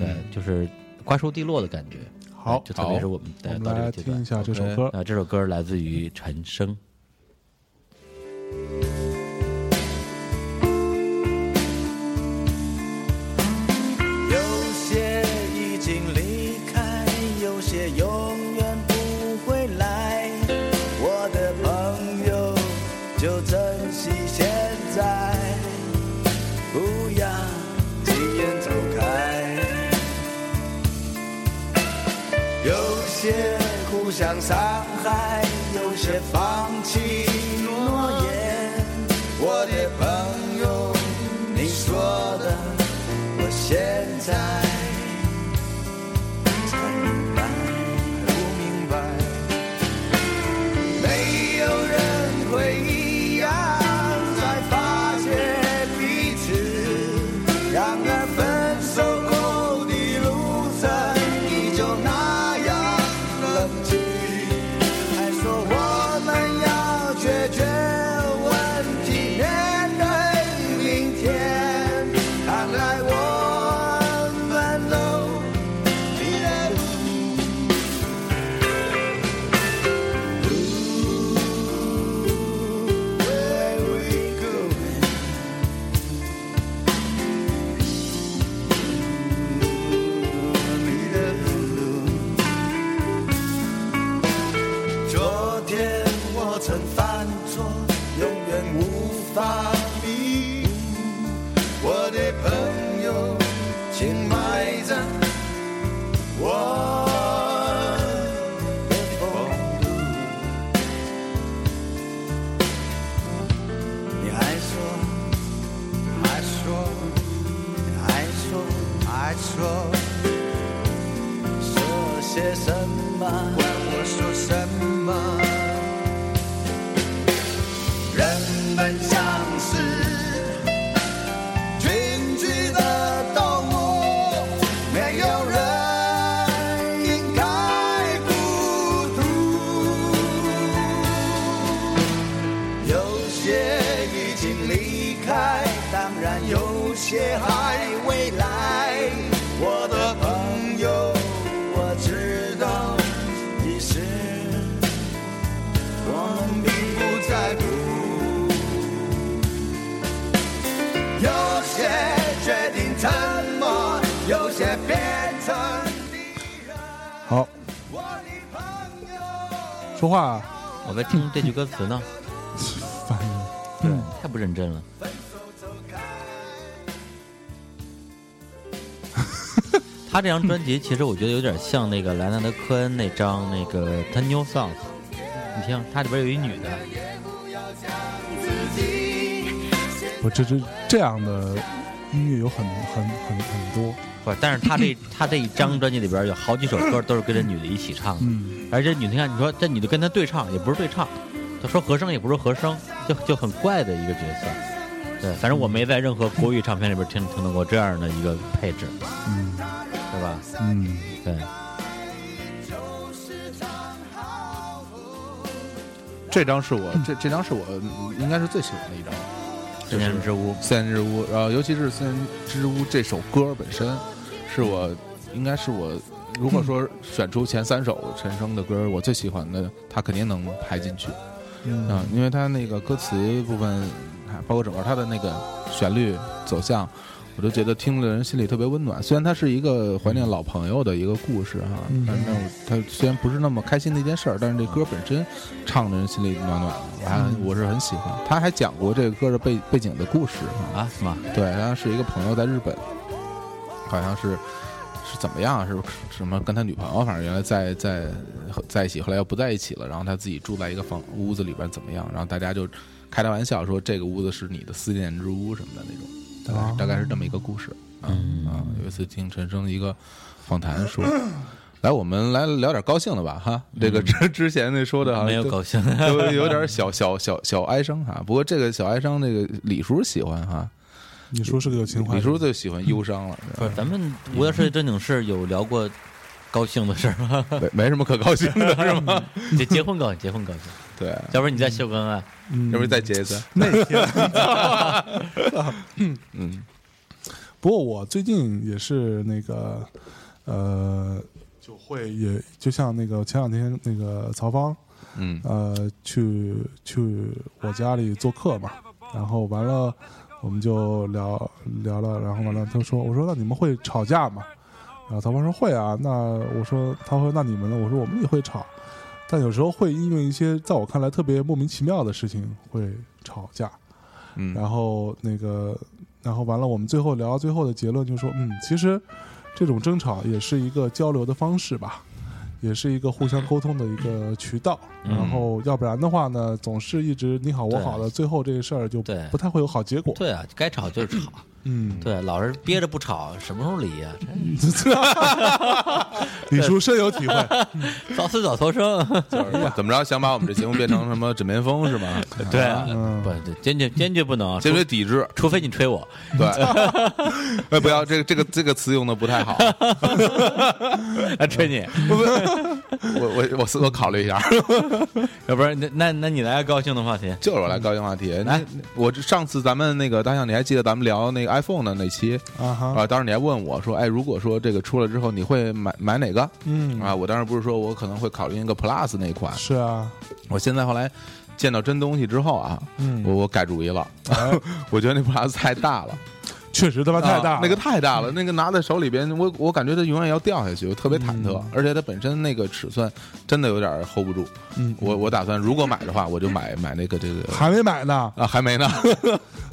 Speaker 3: 对，呃就是瓜熟蒂落的感觉。
Speaker 1: 好，
Speaker 3: 就特别是我们
Speaker 1: 我
Speaker 3: 在
Speaker 1: 们
Speaker 3: 到这
Speaker 1: 来
Speaker 3: 个阶
Speaker 1: 听一
Speaker 3: 段。
Speaker 1: 下这首歌。
Speaker 3: 啊，这首歌来自于陈升。
Speaker 4: 就珍惜现在，不要轻言走开。有些互相伤害，有些放弃诺言。我的朋友，你说的，我现在才明白，不明白。没有人会一样，才发现彼此。然而分手后的路程依旧那样冷清，还说我们要解决问题，面对明天。看来我们都迷了路。Where we going? Need a blue. 昨天我曾犯错，永远无法弥补。我的朋友，请埋葬我的风度。你还说，还说，你还说，还说，说些什么？管我说什么？人们像是群居的动物，没有人应该孤独。有些已经离开，当然有些还未来。我的朋友，我知道你是我们并不在乎。有些决定沉默，有些变成敌人。
Speaker 1: 好，
Speaker 4: 我的朋友。
Speaker 1: 说话
Speaker 3: 我在听这句歌词呢，
Speaker 1: 翻译
Speaker 3: 对，太不认真了。他这张专辑其实我觉得有点像那个莱纳德·科恩那张那个《Ten New Songs》，你听，它里边有一女的，
Speaker 1: 我这这这样的音乐有很很很很多，
Speaker 3: 不，但是他这他这一张专辑里边有好几首歌都是跟这女的一起唱的，
Speaker 1: 嗯，
Speaker 3: 而且你看，你说这女的跟他对唱也不是对唱，他说和声也不是和声，就就很怪的一个角色。对，反正我没在任何国语唱片里边听听到过这样的一个配置，
Speaker 1: 嗯
Speaker 3: 对吧？
Speaker 1: 嗯，
Speaker 3: 对，
Speaker 2: 这张是我这这张是我嗯应该是最喜欢的一张。
Speaker 3: 《人之屋》
Speaker 2: 《森林之屋》，然后尤其是《森林之屋》这首歌本身，是我应该是我如果说选出前三首陈升的歌，我最喜欢的，他肯定能排进去。
Speaker 1: 嗯
Speaker 2: 嗯，因为他那个歌词部分，还包括整个他的那个旋律走向，我都觉得听的人心里特别温暖。虽然它是一个怀念老朋友的一个故事哈，
Speaker 1: 嗯
Speaker 2: 但是那我它虽然不是那么开心的一件事儿，但是这歌本身唱的人心里暖暖的，我还
Speaker 1: 嗯
Speaker 2: 我是很喜欢。他还讲过这个歌的背背景的故事哈。
Speaker 3: 啊，是吗？
Speaker 2: 对，他是一个朋友在日本，好像是是怎么样，啊是不是什么跟他女朋友，反正原来在在在一起，后来又不在一起了，然后他自己住在一个房屋子里边怎么样，然后大家就开他玩笑说这个屋子是你的思念之屋什么的那种，大
Speaker 3: 哦
Speaker 2: 概是、大概是这么一个故事。嗯啊，有一次听陈升的一个访谈说。 *coughs* 来，我们来聊点高兴的吧，哈。这个之之前那说的好
Speaker 1: 啊
Speaker 2: 像
Speaker 3: 嗯没有
Speaker 2: 都
Speaker 3: 搞笑。
Speaker 2: 有有点小小小小哀伤哈，不过这个小哀伤，那个李叔喜欢哈，
Speaker 1: 你说是个有情怀的
Speaker 2: 李
Speaker 1: 人，
Speaker 2: 叔最喜欢忧伤了，是吧
Speaker 3: 咱们无聊世界正经事有聊过高兴的事儿
Speaker 1: *laughs*
Speaker 3: 吗？
Speaker 2: *laughs* 没没什么可高兴 *laughs* 的是吗？
Speaker 3: 结结婚高兴，结婚高兴。
Speaker 2: 对，啊
Speaker 3: 要不然你再秀恩爱，
Speaker 1: 嗯
Speaker 2: 要不再结一次？
Speaker 1: 那天。
Speaker 2: 嗯
Speaker 1: 不过我最近也是那个，呃，就会也就像那个前两天那个曹芳，
Speaker 2: 嗯
Speaker 1: 呃，去去我家里做客嘛，然后完了我们就聊聊了，然后完了他说，我说那你们会吵架吗？然后曹芳说会啊，那我说他说那你们呢？我说我们也会吵。但有时候会因为一些在我看来特别莫名其妙的事情会吵架，
Speaker 2: 嗯
Speaker 1: 然后那个，然后完了，我们最后聊到最后的结论就是说，嗯，其实这种争吵也是一个交流的方式吧，也是一个互相沟通的一个渠道。
Speaker 3: 嗯
Speaker 1: 然后要不然的话呢，总是一直你好我好
Speaker 3: 对
Speaker 1: 的，最后这个事儿就
Speaker 3: 对
Speaker 1: 不太会有好结果。
Speaker 3: 对啊，该吵就是吵，
Speaker 1: 嗯，
Speaker 3: 对，啊老是憋着不吵，什么时候离啊呀、
Speaker 1: *laughs* 李叔深有体会。啊
Speaker 3: 这早死早脱生，
Speaker 2: *laughs* 就是怎么着想把我们这节目变成什么枕边风是 *laughs* 吗？
Speaker 3: 对啊，
Speaker 1: 嗯
Speaker 3: 不对，坚决坚决不能，
Speaker 2: 坚
Speaker 3: 除
Speaker 2: 决抵制，
Speaker 3: 除非你吹
Speaker 2: *laughs*
Speaker 3: 我，
Speaker 2: 对，哎，不要这个这个这个词用的不 *laughs* 太好，
Speaker 3: 啊
Speaker 2: *laughs*
Speaker 3: 吹你，
Speaker 2: 我我我思我考虑一下，
Speaker 3: 要不然那那那你来个高兴的话题，
Speaker 2: *laughs* 就是我来高兴话题。那我这上次咱们那个大象，你还记得咱们聊那个 iPhone 的那期
Speaker 1: 啊哈，
Speaker 2: 啊？当时你还问我说，哎，如果说这个出了之后，你会买买哪个
Speaker 1: 嗯，
Speaker 2: 啊？我当时不是说我可能会考虑一个 Plus 那一款，
Speaker 1: 是啊，
Speaker 2: 我现在后来见到真东西之后啊，
Speaker 1: 嗯
Speaker 2: 我我改主意了，
Speaker 1: 哎
Speaker 2: *laughs* 我觉得那 Plus 太大
Speaker 1: *laughs*
Speaker 2: 了。
Speaker 1: 确实他妈太大
Speaker 2: 啊
Speaker 1: 了，嗯
Speaker 2: 那个太大了，那个拿在手里边，我我感觉它永远要掉下去，我特别忐忑，而且它本身那个尺寸真的有点 hold 不住。
Speaker 1: 嗯
Speaker 2: 我我打算如果买的话，我就买买那个这个
Speaker 1: 还没买呢。
Speaker 2: 啊，还没呢，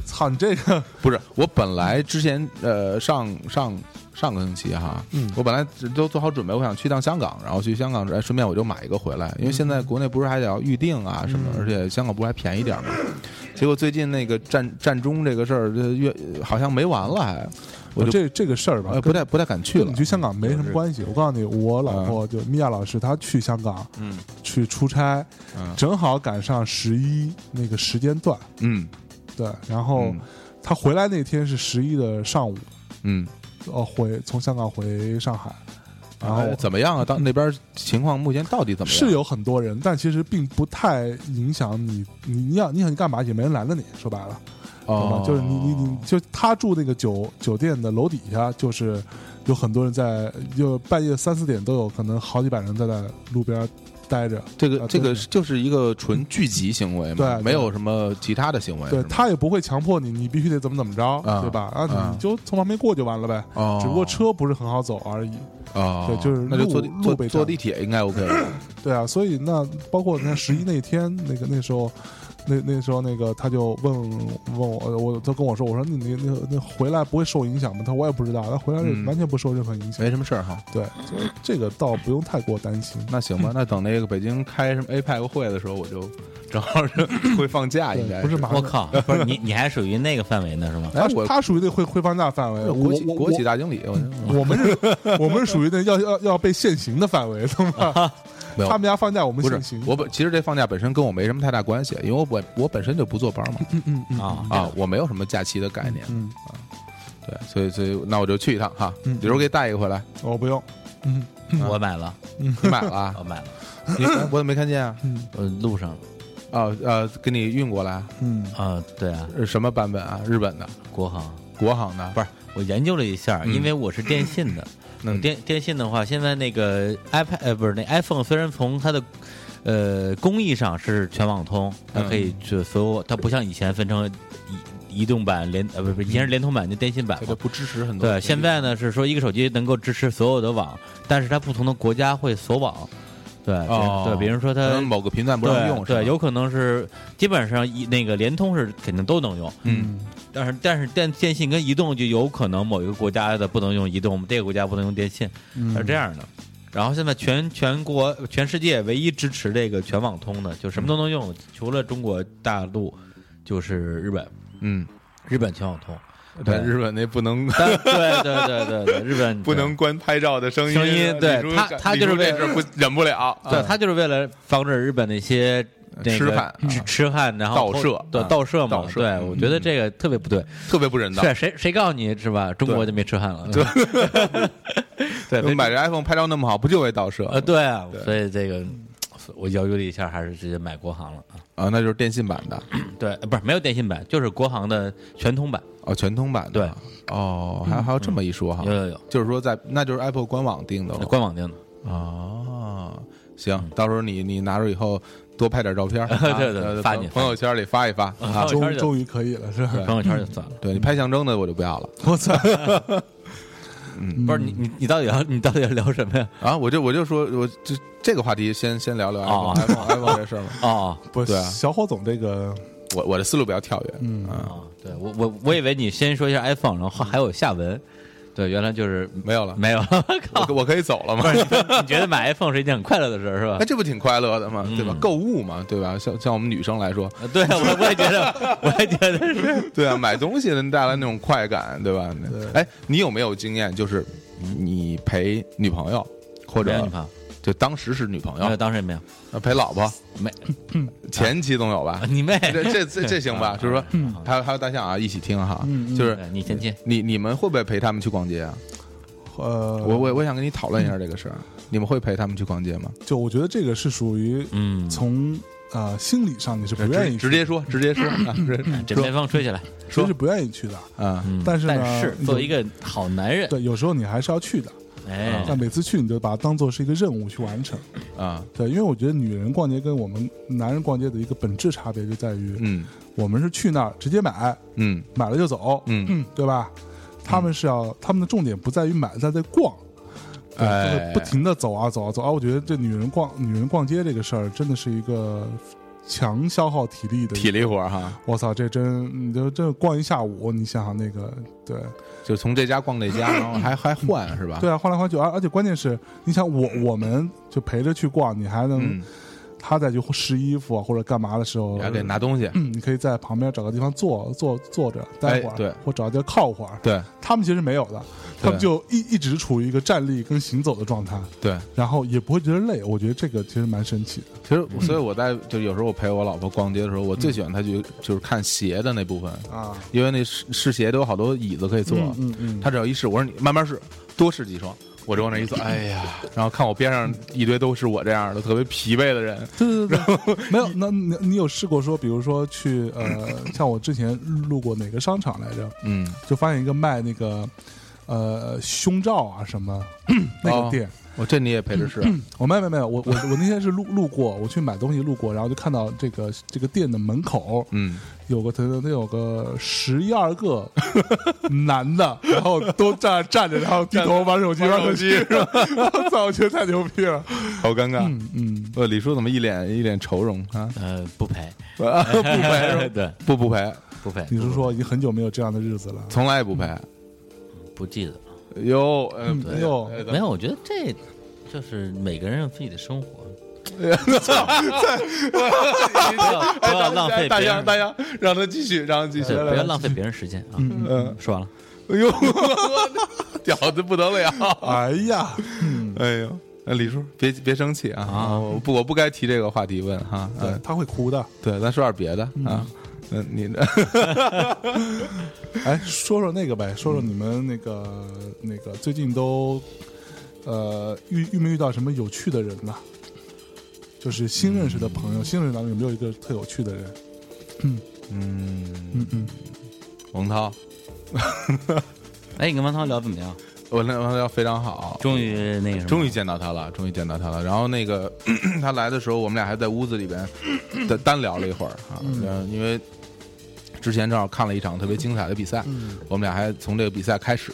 Speaker 1: 操，你这个
Speaker 2: 不是我本来之前呃上上上个星期哈，
Speaker 1: 嗯
Speaker 2: 我本来都做好准备，我想去趟香港，然后去香港哎顺便我就买一个回来，因为现
Speaker 1: 嗯
Speaker 2: 在国内不是还得要预定啊什么，而且香港不是还便宜点儿吗？结果最近那个战战中这个事儿，这越呃好像没完了还，我就。
Speaker 1: 这这个事儿吧
Speaker 2: 呃，，不太不太敢去
Speaker 1: 跟
Speaker 2: 了啊
Speaker 1: 你，去香港没什么关系。我告诉你，我老婆就米娅老师，她去香港，
Speaker 2: 嗯，
Speaker 1: 去出差，
Speaker 2: 嗯
Speaker 1: 正好赶上十一那个时间段，
Speaker 2: 嗯
Speaker 1: 对。然后
Speaker 2: 嗯
Speaker 1: 她回来那天是十一的上午，
Speaker 2: 嗯，
Speaker 1: 呃，回从香港回上海，然后
Speaker 2: 哎怎么样啊？到那边情况目前到底怎么
Speaker 1: 哦
Speaker 2: 样？
Speaker 1: 是有很多人，但其实并不太影响你，你你要你想去干嘛也没人拦着你，说白了，懂
Speaker 2: 哦
Speaker 1: 吗，就是你你你就他住那个酒酒店的楼底下，就是有很多人在，就半夜三四点都有可能好几百人在那路边待着。
Speaker 2: 这个
Speaker 1: 啊
Speaker 2: 这个
Speaker 1: 对
Speaker 2: 是就是一个纯聚集行为
Speaker 1: 对
Speaker 2: 嘛，
Speaker 1: 对
Speaker 2: 没有什么其他的行为，
Speaker 1: 对
Speaker 2: 是吗
Speaker 1: 他也不会强迫你，你必须得怎么怎么着，
Speaker 2: 啊
Speaker 1: 对吧？啊，
Speaker 2: 啊
Speaker 1: 你就从旁边过就完了呗。
Speaker 2: 哦，
Speaker 1: 只不过车不是很好走而已。
Speaker 2: 哦，
Speaker 1: 对就是
Speaker 2: 那就
Speaker 1: 路
Speaker 2: 坐地
Speaker 1: 路
Speaker 2: 坐
Speaker 1: 被
Speaker 2: 坐
Speaker 1: 占
Speaker 2: 地铁应
Speaker 1: *coughs*
Speaker 2: 该 OK，
Speaker 1: 对啊，所以那包括你看十一那天，那个那时候，那那时候那个他就问问我，呃我他跟我说，我说你你那那回来不会受影响吗？他说我也不知道，他回来
Speaker 2: 嗯
Speaker 1: 完全不受任何影响。
Speaker 2: 没什么事儿哈。
Speaker 1: 对，所以这个倒不用太过担心。
Speaker 2: 那行吧，那等那个北京开什么 APEC 会的时候，我就 *laughs* 正好
Speaker 1: *coughs*
Speaker 2: 是会放假，应
Speaker 1: 对，
Speaker 2: 该
Speaker 1: 不是马
Speaker 3: 我
Speaker 1: 上，
Speaker 3: 靠，不是你你还属于那个范围呢是吗？
Speaker 1: 他
Speaker 2: 哎我
Speaker 1: 他属于那会会放大范围，我
Speaker 2: 国企
Speaker 1: 我嗯
Speaker 2: 国企大经理，我
Speaker 1: 我我们是，我们是属于那要要要被限行的范围，懂吗？
Speaker 2: 没有
Speaker 1: 他们家放假，我们
Speaker 2: 啊不
Speaker 1: 限
Speaker 2: 是
Speaker 1: 行。
Speaker 2: 我本其实这放假本身跟我没什么太大关系，因为我本我本身就不坐班嘛，
Speaker 3: 啊
Speaker 2: 啊，我没有什么假期的概念，
Speaker 1: 嗯，
Speaker 2: 对，所以所以那我就去一趟哈，
Speaker 1: 嗯
Speaker 2: 有时候给带一个回来。
Speaker 1: 我不用。嗯
Speaker 3: 我买了，
Speaker 2: 你买了啊？
Speaker 3: 我买了，
Speaker 2: 你哎我怎么没看见啊？
Speaker 1: 嗯
Speaker 3: 呃，路上，
Speaker 2: 哦，呃，给你运过来，
Speaker 1: 嗯
Speaker 3: 啊，对啊，
Speaker 2: 呃什么版本啊？日本的，
Speaker 3: 国行。
Speaker 2: 国行的，
Speaker 3: 不是，我研究了一下，
Speaker 2: 嗯
Speaker 3: 因为我是电信的，
Speaker 2: 嗯
Speaker 3: 我电电信的话，现在那个 iPad 呃不是那 iPhone，虽然从它的呃工艺上是全网通，它可
Speaker 2: 嗯
Speaker 3: 以就所有，它不像以前分成移移动版联呃不是不是以前是联通版就电信版
Speaker 2: 这
Speaker 3: 嘛
Speaker 2: 个。不支持很多。
Speaker 3: 对，现在呢是说一个手机能够支持所有的网，但是它不同的国家会锁网。对，比如
Speaker 2: 哦
Speaker 3: 对，比如说
Speaker 2: 可
Speaker 3: 它
Speaker 2: 能某个频段不让用，
Speaker 3: 呃对
Speaker 2: 是吧
Speaker 3: 对，有可能是基本上一那个联通是肯定都能用，
Speaker 2: 嗯，
Speaker 3: 但是但是电电信跟移动就有可能某一个国家的不能用移动，我们这个国家不能用电信，
Speaker 1: 嗯
Speaker 3: 是这样的。然后现在全全国全世界唯一支持这个全网通的，就什么都能用，除了中国大陆就是日本，
Speaker 2: 嗯，
Speaker 3: 日本全网通。
Speaker 2: 但日本那不能
Speaker 3: 但 *laughs* 对对对对对，日本
Speaker 2: 不能关拍照的声音，啊
Speaker 3: 声音对
Speaker 2: 李叔
Speaker 3: 他他就是
Speaker 2: 李叔
Speaker 3: 为
Speaker 2: 这事儿不
Speaker 3: *laughs*
Speaker 2: 忍不了，
Speaker 3: 啊
Speaker 2: 啊
Speaker 3: 对，他就是为了防止日本那些那个嗯
Speaker 2: 痴汉
Speaker 3: 痴
Speaker 2: 啊
Speaker 3: 痴汉，然后
Speaker 2: 盗摄
Speaker 3: 对
Speaker 2: 啊
Speaker 3: 盗摄
Speaker 2: 盗
Speaker 3: 嘛，
Speaker 2: 摄
Speaker 3: 对
Speaker 2: 嗯
Speaker 3: 我觉得这个特别不对。
Speaker 2: 特别不人道
Speaker 3: 是。啊谁谁告诉你是吧？中国就没痴汉了， *laughs* 对对，所以
Speaker 2: 买这 iPhone 拍照那么好，不就为盗摄
Speaker 3: 呃，对啊
Speaker 2: 对，
Speaker 3: 所以这个我犹豫了一下，还是直接买国行了。啊。
Speaker 2: 啊？那就是电信版的
Speaker 3: 对，呃不是没有电信版，就是国行的全通版。
Speaker 2: 哦，全通版的哦，还还有这么一说哈
Speaker 3: 嗯有，有有，
Speaker 2: *laughs* 就是说在那就是 Apple 官网订的了
Speaker 3: 官网订的。
Speaker 2: 哦，行，到时候你你拿着以后多拍点照片儿，啊
Speaker 3: *laughs* 对对
Speaker 2: 呃
Speaker 3: 发你
Speaker 2: 朋友圈里发一
Speaker 3: *laughs*
Speaker 2: 发啊。
Speaker 3: 朋友
Speaker 1: 嗯终
Speaker 3: 圈就
Speaker 1: 终于可以了，是吧？
Speaker 3: 朋友圈就算了。
Speaker 2: *laughs* 对你拍象征的我就不要了，
Speaker 1: 我操！
Speaker 2: 嗯
Speaker 3: 不是你你你到底要你到底要聊什么呀？
Speaker 2: 啊，我就我就说，我这这个话题先先聊聊
Speaker 3: 哦
Speaker 2: iPhone iPhone 这事儿嘛。
Speaker 3: 哦
Speaker 1: 不，
Speaker 2: 对啊
Speaker 1: 小火总这个
Speaker 2: 我我的思路比较跳跃，嗯啊，
Speaker 3: 哦，对我我我以为你先说一下 iPhone，然后还有下文，对，原来就是
Speaker 2: 没有了，
Speaker 3: 没有。
Speaker 2: 我
Speaker 3: 靠， *laughs*
Speaker 2: 可我可以走了吗？
Speaker 3: 你觉得买 iPhone 是一件很快乐的事儿是吧
Speaker 2: 哎，？这不挺快乐的吗？对
Speaker 3: 嗯
Speaker 2: 吧？购物嘛，对吧？像像我们女生来说，
Speaker 3: 对，啊我我也觉得，我也觉得是。
Speaker 2: 对啊，买东西能带来那种快感，对吧？哎，你有没有经验？就是你陪女朋友， *laughs* 或
Speaker 3: 没有
Speaker 2: 者啊
Speaker 3: 女朋友，
Speaker 2: 就当时是女朋
Speaker 3: 没有，
Speaker 2: 友，
Speaker 3: 当时也没有，
Speaker 2: 呃陪老婆，
Speaker 3: 没
Speaker 2: 前妻总有吧
Speaker 3: 啊？你妹！啊嗯
Speaker 2: 这这
Speaker 3: *laughs*
Speaker 2: 这这行吧？就是说，还有还有大象啊，一起听哈，就是
Speaker 3: 对你前妻
Speaker 2: 你你们会不会陪他们去逛街啊？
Speaker 1: 呃，
Speaker 2: 我我我想跟你讨论一下这个
Speaker 1: 嗯
Speaker 2: 事儿，你们会陪他们去逛街吗？
Speaker 1: 就我觉得这个是属于
Speaker 3: 嗯，
Speaker 1: 从啊、呃心理上你是不愿意
Speaker 2: 直
Speaker 1: 去
Speaker 2: 直接说，直接说啊，直
Speaker 3: 嗯这
Speaker 2: 接
Speaker 3: 边
Speaker 2: 说
Speaker 3: 风吹起来。
Speaker 1: 其实是不愿意去的，
Speaker 2: 啊，
Speaker 3: 嗯
Speaker 1: 但是呢
Speaker 3: 但是
Speaker 1: 你
Speaker 3: 作为一个好男人，
Speaker 1: 对，有时候你还是要去的，
Speaker 3: 哎，
Speaker 1: 但每次去你就把它当做是一个任务去完成。
Speaker 2: 啊，
Speaker 1: 对，因为我觉得女人逛街跟我们男人逛街的一个本质差别就在于，
Speaker 2: 嗯
Speaker 1: 我们是去那儿直接买，
Speaker 2: 嗯
Speaker 1: 买了就走，
Speaker 2: 嗯，
Speaker 1: 对吧？他们是要他们的重点不在于买，在在逛。对，
Speaker 2: 哎
Speaker 1: 就是不停的走啊走啊走啊，我觉得这女人逛女人逛街这个事儿真的是一个强消耗体力的。
Speaker 2: 体力活儿哈，
Speaker 1: 我操，这真你就这逛一下午，你想想那个对
Speaker 2: 啊就从这家逛那
Speaker 1: *coughs*
Speaker 2: 家，然后还还换是吧？
Speaker 1: 对啊，换来换去，而而且关键是，你想我我们就陪着去逛，你还能、
Speaker 2: 嗯，
Speaker 1: 他再去试衣服啊或者干嘛的时候，
Speaker 2: 还得拿东西，
Speaker 1: 嗯，你可以在旁边找个地方坐坐坐着待会儿，
Speaker 2: 哎对
Speaker 1: 或找个地儿靠会儿。
Speaker 2: 对
Speaker 1: 他们其实没有的，他们
Speaker 2: 对
Speaker 1: 就一一直处于一个站立跟行走的状态，
Speaker 2: 对。
Speaker 1: 然后也不会觉得累。我觉得这个其实蛮神奇的。
Speaker 2: 其实，
Speaker 1: 嗯
Speaker 2: 所以我在就有时候我陪我老婆逛街的时候，我最喜欢她去就是看鞋的那部分，
Speaker 1: 啊，
Speaker 2: 因为那试试鞋都有好多椅子可以坐，
Speaker 1: 嗯嗯，
Speaker 2: 她只要一试，我说你慢慢试，多试几双。我就往那一坐，哎呀，然后看我边上一堆都是我这样的特别疲惫的人，
Speaker 1: 对对对， *laughs* 没有。那你你有试过说，比如说去
Speaker 2: *laughs*
Speaker 1: 呃，像我之前路过哪个商场来着，
Speaker 2: 嗯，
Speaker 1: 就发现一个卖那个呃胸罩啊什
Speaker 2: *coughs*
Speaker 1: 么那个
Speaker 2: 哦
Speaker 1: 店，
Speaker 2: 我这你也陪着啊试，
Speaker 1: 我没有没有没有，我我我那天是路路过，我去买东西路过，然后就看到这个这个店的门口
Speaker 2: 嗯，
Speaker 1: 有个他他有个十一二个男的，然后都站站着，然后低头玩手机玩手机，我操，我觉得太牛逼了，
Speaker 2: 好尴尬。
Speaker 1: 嗯嗯，
Speaker 2: 呃，李叔怎么一脸一脸愁容啊？
Speaker 3: 呃，不赔，
Speaker 2: 啊不陪是吧，
Speaker 3: *laughs* 对，
Speaker 2: 不不陪，
Speaker 3: 不赔。
Speaker 1: 你是
Speaker 3: 不
Speaker 1: 说已经很久没有这样的日子了？
Speaker 2: 从来也不陪。
Speaker 3: 不记得了？
Speaker 2: 哟，嗯，
Speaker 1: 哎呦，
Speaker 3: 没有，我觉得这就是每个人有自己的生
Speaker 2: *laughs*
Speaker 3: 活，不要不要浪费
Speaker 2: 哎大
Speaker 3: 别
Speaker 2: 象，
Speaker 3: 人
Speaker 2: 大，象，让他继续，让他继续，
Speaker 3: 对
Speaker 2: 来
Speaker 3: 不要
Speaker 2: 来来
Speaker 3: 浪费别人时间啊。
Speaker 2: 嗯，
Speaker 3: 说完了，
Speaker 2: 哎呦， *laughs* 屌的不得了，
Speaker 1: 哎呀，
Speaker 2: 哎呦，那李叔别别生气啊，
Speaker 3: 啊
Speaker 2: 我不我不该提这个话题问哈，
Speaker 1: 对
Speaker 2: 嗯，
Speaker 1: 哎他会哭的。
Speaker 2: 对，咱说点别的啊，嗯，你的 *laughs*
Speaker 1: 哎，说说那个呗，说说你们那个那个最近都呃遇遇没遇到什么有趣的人呢？就是新认识的朋友，新认识当中有没有一个特有趣的人？
Speaker 2: 嗯，
Speaker 1: 嗯嗯，
Speaker 2: 王涛，
Speaker 3: 哎，你跟王涛聊怎么样？
Speaker 2: 我那王涛非常好，
Speaker 3: 终于那个什么，
Speaker 2: 终于见到他了，终于见到他了。然后那个他来的时候，我们俩还在屋子里边单单聊了一会儿啊，然后因为之前正好看了一场特别精彩的比赛，我们俩还从这个比赛开始。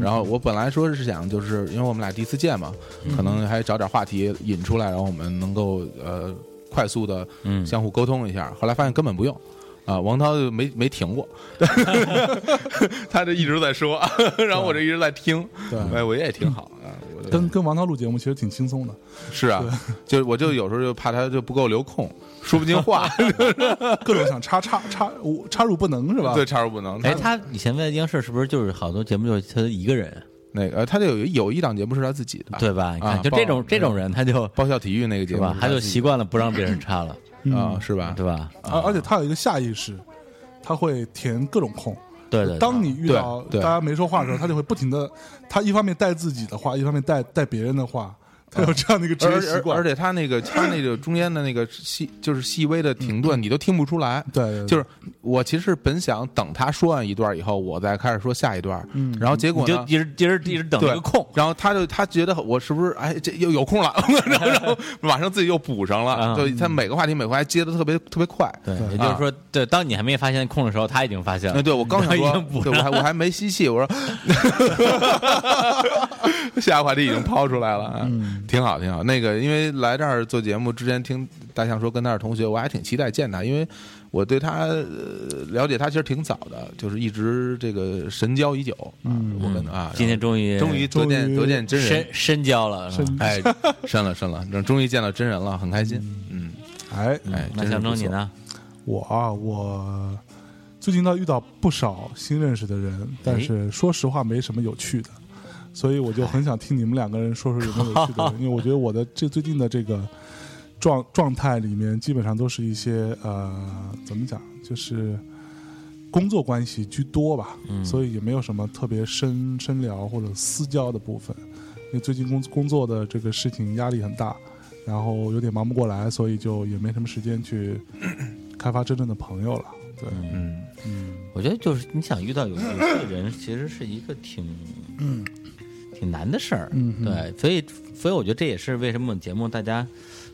Speaker 2: 然后我本来说是想，就是因为我们俩第一次见嘛，可能还找点话题引出来，然后我们能够呃快速的
Speaker 3: 嗯
Speaker 2: 相互沟通一下。后来发现根本不用。啊，王涛就没没停过，他这一直在说，然后我这一直在听，
Speaker 1: 对
Speaker 2: 哎，我也挺好啊，我就
Speaker 1: 跟跟王涛录节目其实挺轻松的。
Speaker 2: 是啊，就是我就有时候就怕他就不够
Speaker 1: *laughs*
Speaker 2: 留空，说不进话，
Speaker 1: 各种想插插插我插入不能是吧？
Speaker 2: 对，，插入不能。
Speaker 3: 哎，他以前在央视是不是就是好多节目就是他一个人，
Speaker 2: 那个呃他就有有一档节目是他自己的，
Speaker 3: 对吧？你看，
Speaker 2: 啊
Speaker 3: 就这
Speaker 2: 报
Speaker 3: 种这种人，他就
Speaker 2: 爆笑体育那个节
Speaker 3: 是
Speaker 2: 目
Speaker 3: 吧
Speaker 2: 是，
Speaker 3: 他就
Speaker 2: 自己
Speaker 3: 习惯了不让别人插了，
Speaker 1: 嗯
Speaker 2: 啊，是吧？
Speaker 3: 对吧？
Speaker 1: 而而且他有一个下意识，他会填各种空。
Speaker 3: 对对，
Speaker 1: 当你遇到
Speaker 2: 对
Speaker 1: 大
Speaker 2: 对
Speaker 1: 家没说话的时候，他就会不停的，他一方面带自己的话，一方面带带别人的话，他有这样的一个职
Speaker 2: 而
Speaker 1: 业
Speaker 2: 而
Speaker 1: 习惯，
Speaker 2: 而且
Speaker 1: *laughs*
Speaker 2: 他那个他那个中间的那个细就是细微的停顿，你都听不出来。
Speaker 1: 对对对
Speaker 2: 就是我其实本想等他说完一段以后，我再开始说下一段，
Speaker 1: 嗯
Speaker 2: 然后结
Speaker 3: 你
Speaker 2: 果
Speaker 3: 就
Speaker 2: 呢？
Speaker 3: 一直一直一直等
Speaker 2: 对
Speaker 3: 一个空，
Speaker 2: 然后他就他觉得我是不是哎这又有空了， *laughs* 然后然后马上自己又补上
Speaker 3: 啊
Speaker 2: 了，就他每个话题每个话题接的特别特别快。
Speaker 3: 对，也
Speaker 2: 啊
Speaker 3: 就是说，对，当你还没发现空的时候，他已经发现了
Speaker 2: 嗯，。对我刚想
Speaker 3: 已
Speaker 2: 说
Speaker 3: 经补，
Speaker 2: 对我还我还没吸气，我说， *laughs* 下一个话题已经抛出来了，啊
Speaker 3: 嗯
Speaker 2: 挺好挺好。那个因为来这儿做节目之前，听大象说跟他是同学，我还挺期待见他，因为我对他呃了解他其实挺早的，就是一直这个神交已久。嗯，我跟啊，
Speaker 3: 今天终于
Speaker 2: 终于得
Speaker 1: 终
Speaker 2: 见
Speaker 1: 于
Speaker 2: 得见真人
Speaker 3: 深，深交了，是吧？
Speaker 2: 哎，深了深了，终于见到真人了，很开心。嗯，
Speaker 1: 哎，
Speaker 2: 哎，
Speaker 3: 那
Speaker 2: 真是
Speaker 3: 象
Speaker 2: 不
Speaker 3: 征
Speaker 2: 错
Speaker 3: 你？呢？
Speaker 1: 我啊，我最近倒遇到不少新认识的人，但是说实话没什么有趣的，所以我就很想听你们两个人说说有没有有趣的人，因为我觉得我的这最近的这个状状态里面，基本上都是一些呃，怎么讲，就是。工作关系居多吧，所以也没有什么特别深深聊或者私交的部分。因为最近工工作的这个事情压力很大，然后有点忙不过来，所以就也没什么时间去开发真正的朋友了。对，
Speaker 2: 嗯，
Speaker 3: 我觉得就是你想遇到有有趣的人，其实是一个挺挺难的事儿。对，所以所以我觉得这也是为什么我们节目大家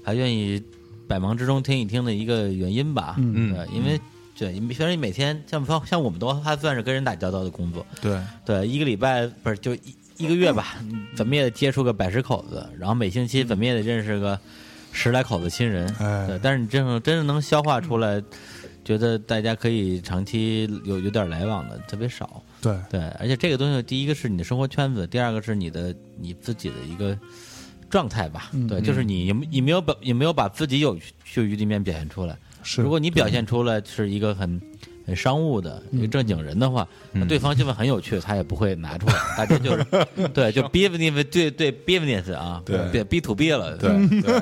Speaker 3: 还愿意百忙之中听一听的一个原因吧。
Speaker 2: 嗯
Speaker 3: 对，因为对，因为虽然每天像像像我们都还算是跟人打交道的工作，
Speaker 2: 对，
Speaker 3: 对，一个礼拜不是就一一个月吧，怎么也得接触个百十口子，然后每星期怎么也得认识个十来口子新人。
Speaker 1: 哎
Speaker 3: 对，但是你真正真正能消化出来，觉得大家可以长期有有点来往的特别少。
Speaker 1: 对，
Speaker 3: 对，而且这个东西，第一个是你的生活圈子，第二个是你的你自己的一个状态吧。对，就是你有没有没有把有没有把自己有趣余的一面表现出来。
Speaker 1: 是。
Speaker 3: 如果你表现出来是一个很很商务的
Speaker 2: 嗯
Speaker 3: 一个正经人的话，那对方就会很有趣，他也不会拿出来。 *laughs* 大
Speaker 2: *laughs*
Speaker 3: 家就是对，就 business 对对 business 啊，
Speaker 2: 对
Speaker 3: 对 B to B 了，
Speaker 2: 对，
Speaker 3: *laughs*
Speaker 2: 对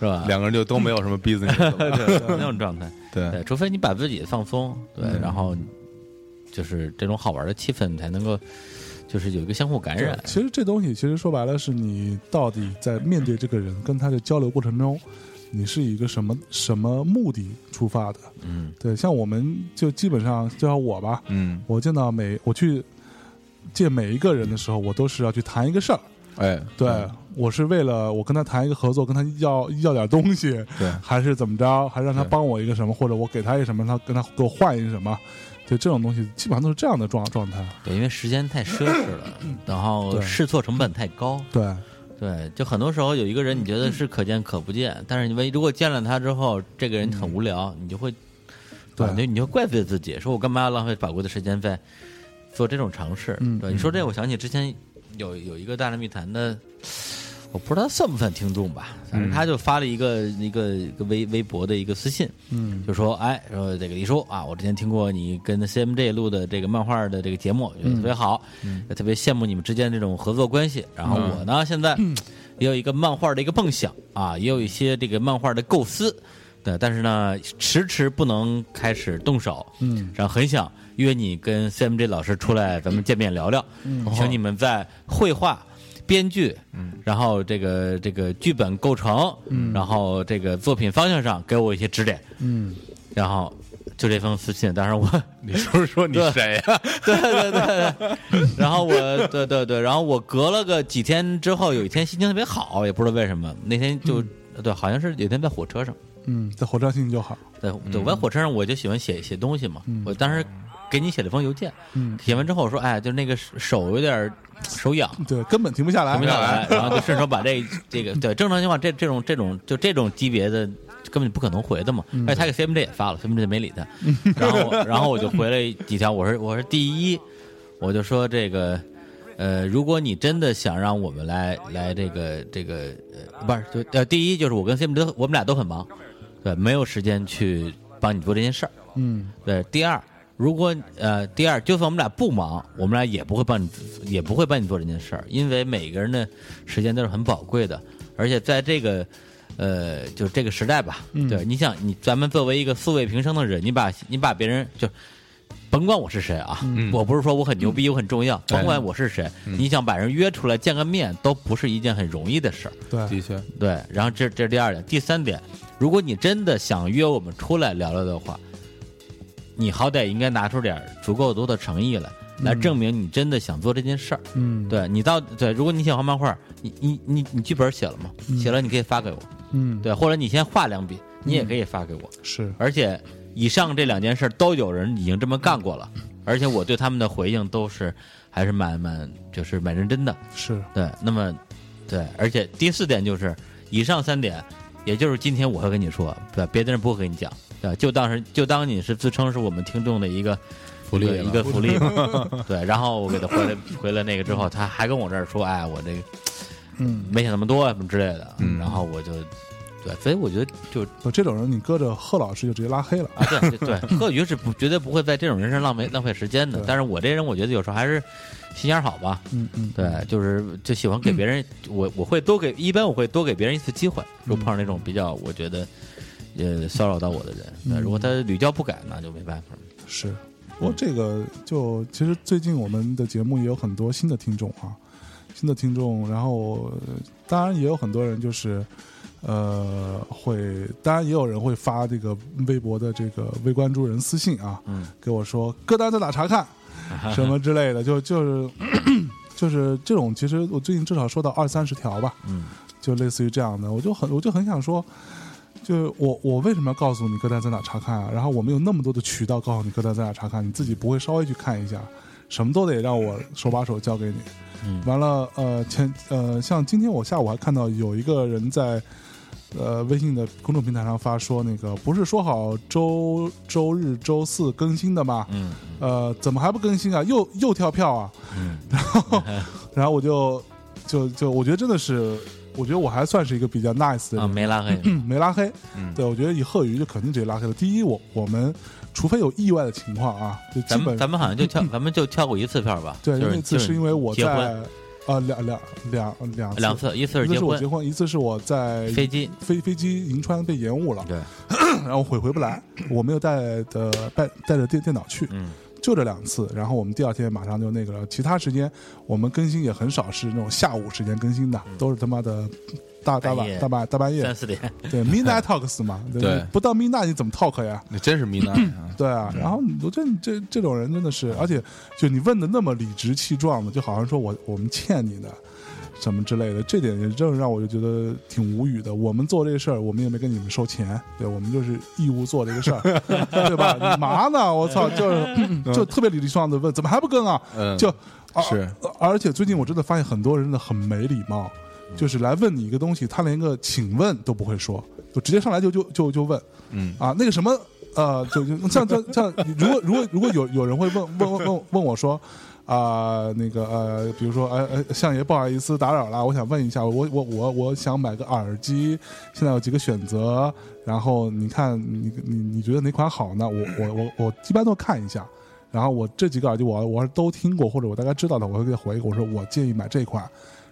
Speaker 3: 是吧？
Speaker 2: 两个人就都没有什么 business 了
Speaker 3: 对那种状态，
Speaker 2: 对
Speaker 3: *laughs*
Speaker 2: 嗯
Speaker 3: 对，除非你把自己放松，对，然后就是这种好玩的气氛才能够，就是啊有一个相互感
Speaker 1: 对
Speaker 3: 染。
Speaker 1: 其实这东西，其实说白了，是你到底在面对这个人跟他的交流过程中，你是以一个什么什么目的出发的？
Speaker 3: 嗯，
Speaker 1: 对，像我们就基本上，就像我吧，
Speaker 2: 嗯，
Speaker 1: 我见到每我去见每一个人的时候，我都是要去谈一个事儿。
Speaker 2: 哎，
Speaker 1: 对，
Speaker 3: 嗯
Speaker 1: 我是为了我跟他谈一个合作，跟他要要点东西，
Speaker 2: 对
Speaker 1: 还是怎么着，还是让他
Speaker 2: 对
Speaker 1: 帮我一个什么，或者我给他一个什么，他跟他给我换一个什么，对，这种东西基本上都是这样的状状态。
Speaker 3: 对，因为时间太奢侈
Speaker 2: *laughs*
Speaker 3: 了，然后
Speaker 1: 对
Speaker 3: 试错成本太高，
Speaker 1: 对，
Speaker 3: 对，就很多时候有一个人你觉得是可见可不
Speaker 1: 嗯
Speaker 3: 见，但是你为如果见了他之后，这个人很无聊，你就会，
Speaker 1: 对
Speaker 3: 你就你就怪罪自己，说我干嘛要浪费宝贵的时间在做这种尝试？
Speaker 1: 嗯
Speaker 3: 对，你说这，我想起之前有有一个大内密谈的，我不知道他算不算听众吧，反
Speaker 1: 嗯
Speaker 3: 正他就发了一个一个一个微微博的一个私信，
Speaker 1: 嗯，
Speaker 3: 就说哎，说这个李叔啊，我之前听过你跟 CMJ 录的这个漫画的这个节目，觉得
Speaker 1: 嗯
Speaker 3: 特别好，也特别羡慕你们之间这种合作关系。然后
Speaker 1: 嗯
Speaker 3: 我呢，现在也有一个漫画的一个梦想啊，也有一些这个漫画的构思，对，但是呢，迟迟不能开始动手，
Speaker 1: 嗯，
Speaker 3: 然后很想约你跟 CMJ 老师出来，咱们见面聊聊，
Speaker 1: 嗯
Speaker 3: 请你们在绘画。编剧，然后这个这个剧本构成，然后这个作品方向上给我一些指点，
Speaker 1: 嗯，
Speaker 3: 然后就这封私信，当然我， *laughs*
Speaker 2: 你是不是说你谁啊呀、
Speaker 3: 对对对对，然后我，对对对，然后我隔了个几天之后，有一天心情特别好，也不知道为什么，那天就、对，好像是有一天在火车上，
Speaker 1: 嗯，在火车上心情就好。
Speaker 3: 对对，我在火车上我就喜欢写写东西嘛，我当时给你写了封邮件，写完之后我说，哎，就那个手有点儿手痒，
Speaker 1: 对，根本停不下来，
Speaker 3: 停不下来，然后就顺手把这这个对正常情况这这种这种就这种级别的根本就不可能回的嘛。而且他给 CMJ 也发了，CMJ 没理他，然后我然后我就回了几条，我说我说第一，我就说这个。呃，如果你真的想让我们来来这个这个呃，不是就呃，第一就是我跟 CMJ 都我们俩都很忙，对，没有时间去帮你做这件事儿。
Speaker 1: 嗯，
Speaker 3: 对，第二，如果呃，第二，就算我们俩不忙，我们俩也不会帮你，也不会帮你做这件事儿，因为每个人的时间都是很宝贵的，而且在这个。呃，就嗯这个时代吧，对，你想，你咱们作为一个素未平生的人，你把你把别人就甭管我是谁啊，我不是说我很牛逼，我很重要，甭管我是谁，你想把人约出来见个面，都不是一件很容易的事儿。
Speaker 1: 对，
Speaker 2: 的确，
Speaker 3: 对，然后这这是第二点，第三点，如果你真的想约我们出来聊聊的话，你好歹应该拿出点儿足够多的诚意来，来证明你真的想做这件事儿。
Speaker 1: 嗯，，
Speaker 3: 对你到对，如果你想画漫画，你你你你剧本写了吗？写了你可以发给我，
Speaker 1: 嗯，，
Speaker 3: 对，或者你先画两笔，你也可以发给我。
Speaker 1: 是，
Speaker 3: 而且以上这两件事儿都有人已经这么干过了，而且我对他们的回应都是还是蛮蛮就是蛮认真的。
Speaker 1: 是，
Speaker 3: 对，那么对，而且第四点就是以上三点，也就是今天我会跟你说，对，别的人不会跟你讲，对，就当是就当你是自称是我们听众的一个
Speaker 2: 福利
Speaker 3: 一个一
Speaker 2: 了
Speaker 3: 个福利嘛，对，然后我给他回来回来那个之后，他还跟我这儿说，哎，我这个
Speaker 1: 嗯，
Speaker 3: 没想那么多啊什么之类的，
Speaker 2: 嗯
Speaker 3: 然后我就。对，所以我觉得就
Speaker 1: 我这种人你搁着贺老师就直接拉黑了，
Speaker 3: 啊，对对对，贺宇是不绝对不会在这种人上浪费浪费时间的。
Speaker 1: 对
Speaker 3: 但是我这人，我觉得有时候还是心眼儿好吧，
Speaker 1: 嗯嗯，
Speaker 3: 对，就是就喜欢给别人，我我会多给，一般我会多给别人一次机会。如
Speaker 1: 嗯
Speaker 3: 果碰上那种比较，我觉得呃骚扰到我的人，对，
Speaker 1: 嗯
Speaker 3: 如果他屡教不改，那就没办法了。
Speaker 1: 是，不过这个就其实最近我们的节目也有很多新的听众啊，新的听众，然后呃当然也有很多人就是。呃，会，当然也有人会发这个微博的这个未关注人私信啊，
Speaker 3: 嗯，
Speaker 1: 给我说歌单在哪查
Speaker 3: *laughs*
Speaker 1: 看，什么之类的，就就是 *coughs* 就是这种，其实我最近至少收到二三十条吧，
Speaker 3: 嗯，
Speaker 1: 就类似于这样的，我就很我就很想说，就是我我为什么要告诉你歌单在哪查看啊？然后我们有那么多的渠道告诉你歌单在哪查看，你自己不会稍微去看一下，什么都得让我手把手教给你。
Speaker 3: 嗯
Speaker 1: 完了，呃，前呃，像今天我下午还看到有一个人在。呃，微信的公众平台上发说，那个不是说好周周日、周四更新的吗？
Speaker 3: 嗯
Speaker 1: 呃，怎么还不更新啊？又又跳票啊？
Speaker 3: 嗯
Speaker 1: *laughs* 然后我就就就我觉得真的是，我觉得我还算是一个比较 nice 的
Speaker 3: 啊，
Speaker 1: 人，
Speaker 3: 没拉黑，
Speaker 1: 嗯没拉黑。
Speaker 2: 嗯
Speaker 1: 对，我觉得以贺宇就肯定直接拉黑了。第一，我我们除非有意外的情况啊，就基
Speaker 3: 咱们
Speaker 1: 本嗯
Speaker 3: 咱们好像就跳，咱们就跳过一次票吧？
Speaker 1: 对，
Speaker 3: 就是
Speaker 1: 那次是因为我
Speaker 3: 结
Speaker 1: 在
Speaker 3: 婚
Speaker 1: 呃两两两两
Speaker 3: 两次，一次
Speaker 1: 一
Speaker 3: 是
Speaker 1: 次
Speaker 3: 结
Speaker 1: 是我
Speaker 3: 婚
Speaker 1: 结婚，一次是我在
Speaker 3: 飞机，
Speaker 1: 飞飞机银川被延误了，
Speaker 3: 对，
Speaker 1: *clears throat* 然后回回不来，我没有带的带带着电电脑去，
Speaker 3: 嗯
Speaker 1: 就这两次，然后我们第二天马上就那个了。其他时间我们更新也很少，是那种下午时间更新的，都是他妈的大大
Speaker 3: 嗯半
Speaker 1: 晚
Speaker 3: 夜
Speaker 1: 大半大半夜
Speaker 3: 三，四点，
Speaker 1: *laughs* 对 midnight talks 嘛，
Speaker 2: 对
Speaker 1: 你不到 midnight 你怎么 talk 呀？
Speaker 2: 你真是迷男啊！
Speaker 1: 对啊，然后我觉得你这这种人真的是，而且就你问的那么理直气壮的，就好像说我我们欠你的什么之类的，这点也真的让我就觉得挺无语的。我们做这事儿，我们也没跟你们收钱，对我们就是义务做这个事儿， *laughs* 对吧？你嘛呢？我操，就是就特别理直气壮的问，怎么还不更啊？
Speaker 2: 嗯，
Speaker 1: 就啊
Speaker 2: 是
Speaker 1: 而且最近我真的发现很多人真的很没礼貌，
Speaker 2: 嗯
Speaker 1: 就是来问你一个东西，他连个请问都不会说，就直接上来就就就就问，
Speaker 2: 嗯
Speaker 1: 啊，那个什么，呃，就就像像像，如果如果如果有有人会问问问问问我说。啊、那个呃，比如说，呃呃，相爷，不好意思打扰了，我想问一下，我我我我想买个耳机，现在有几个选择，然后你看你你你觉得哪款好呢？我我我我一般都看一下，然后我这几个耳机我我是都听过或者我大概知道的，我会给他回一个，我说我建议买这款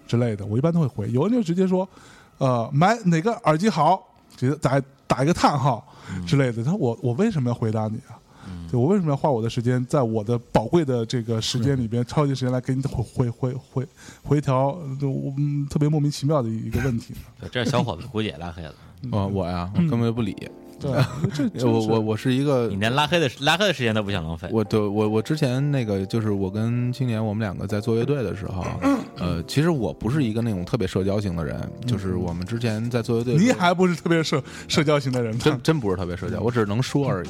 Speaker 1: 之类的，我一般都会回。有人就直接说，呃，买哪个耳机好，直接打打一个叹号之类的。他说我我为什么要回答你啊？
Speaker 2: 嗯
Speaker 1: 对我为什么要花我的时间，在我的宝贵的这个时间里边，超级时间来给你回回回回回一条呃我嗯特别莫名其妙的一个问题呢？
Speaker 3: 对这小伙子估计也拉黑了。
Speaker 2: 我哦我呀，我根本就不理。
Speaker 1: 对，这这
Speaker 2: 我
Speaker 1: 嗯是
Speaker 2: 我我是一个
Speaker 3: 你连拉黑的时拉黑的时间都不想浪费，
Speaker 2: 我对我我之前那个就是我跟青年我们两个在做乐队的时候，呃，其实我不是一个那种特别社交型的人，就是我们之前在做乐队的时
Speaker 1: 嗯你
Speaker 2: 候，
Speaker 1: 还不是特别社社交型的 *laughs* 人呢，
Speaker 2: 真真不是特别社交，我只是能说而已。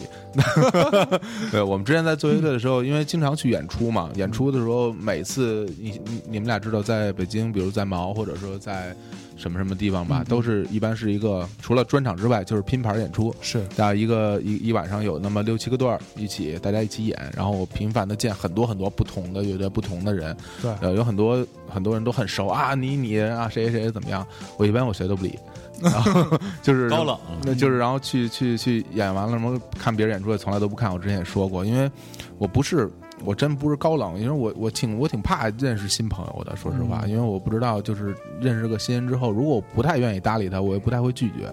Speaker 2: *laughs* 对，我们之前在做乐队的时候，因为经常去演出嘛，演出的时候每次你你你们俩知道，在北京，比如在毛或者说在什么什么地方吧，都是一般是一个除了专场之外，就是拼盘演出。
Speaker 1: 是
Speaker 2: 大家一个一一晚上有那么六七个段儿一起，大家一起演，然后频繁的见很多很多不同的乐队、不同的人，
Speaker 1: 对
Speaker 2: 呃，有很多很多人都很熟啊，你你啊，谁谁谁怎么样？我一般我谁都不理，然后就是
Speaker 3: 高冷。
Speaker 2: 那就是然后去去去演完了什么看别人演出也从来都不看，我之前也说过，因为我不是我真不是高冷，因为我我挺我挺怕认识新朋友的，说实话，因为我不知道就是认识个新人之后，如果我不太愿意搭理他，我也不太会拒绝。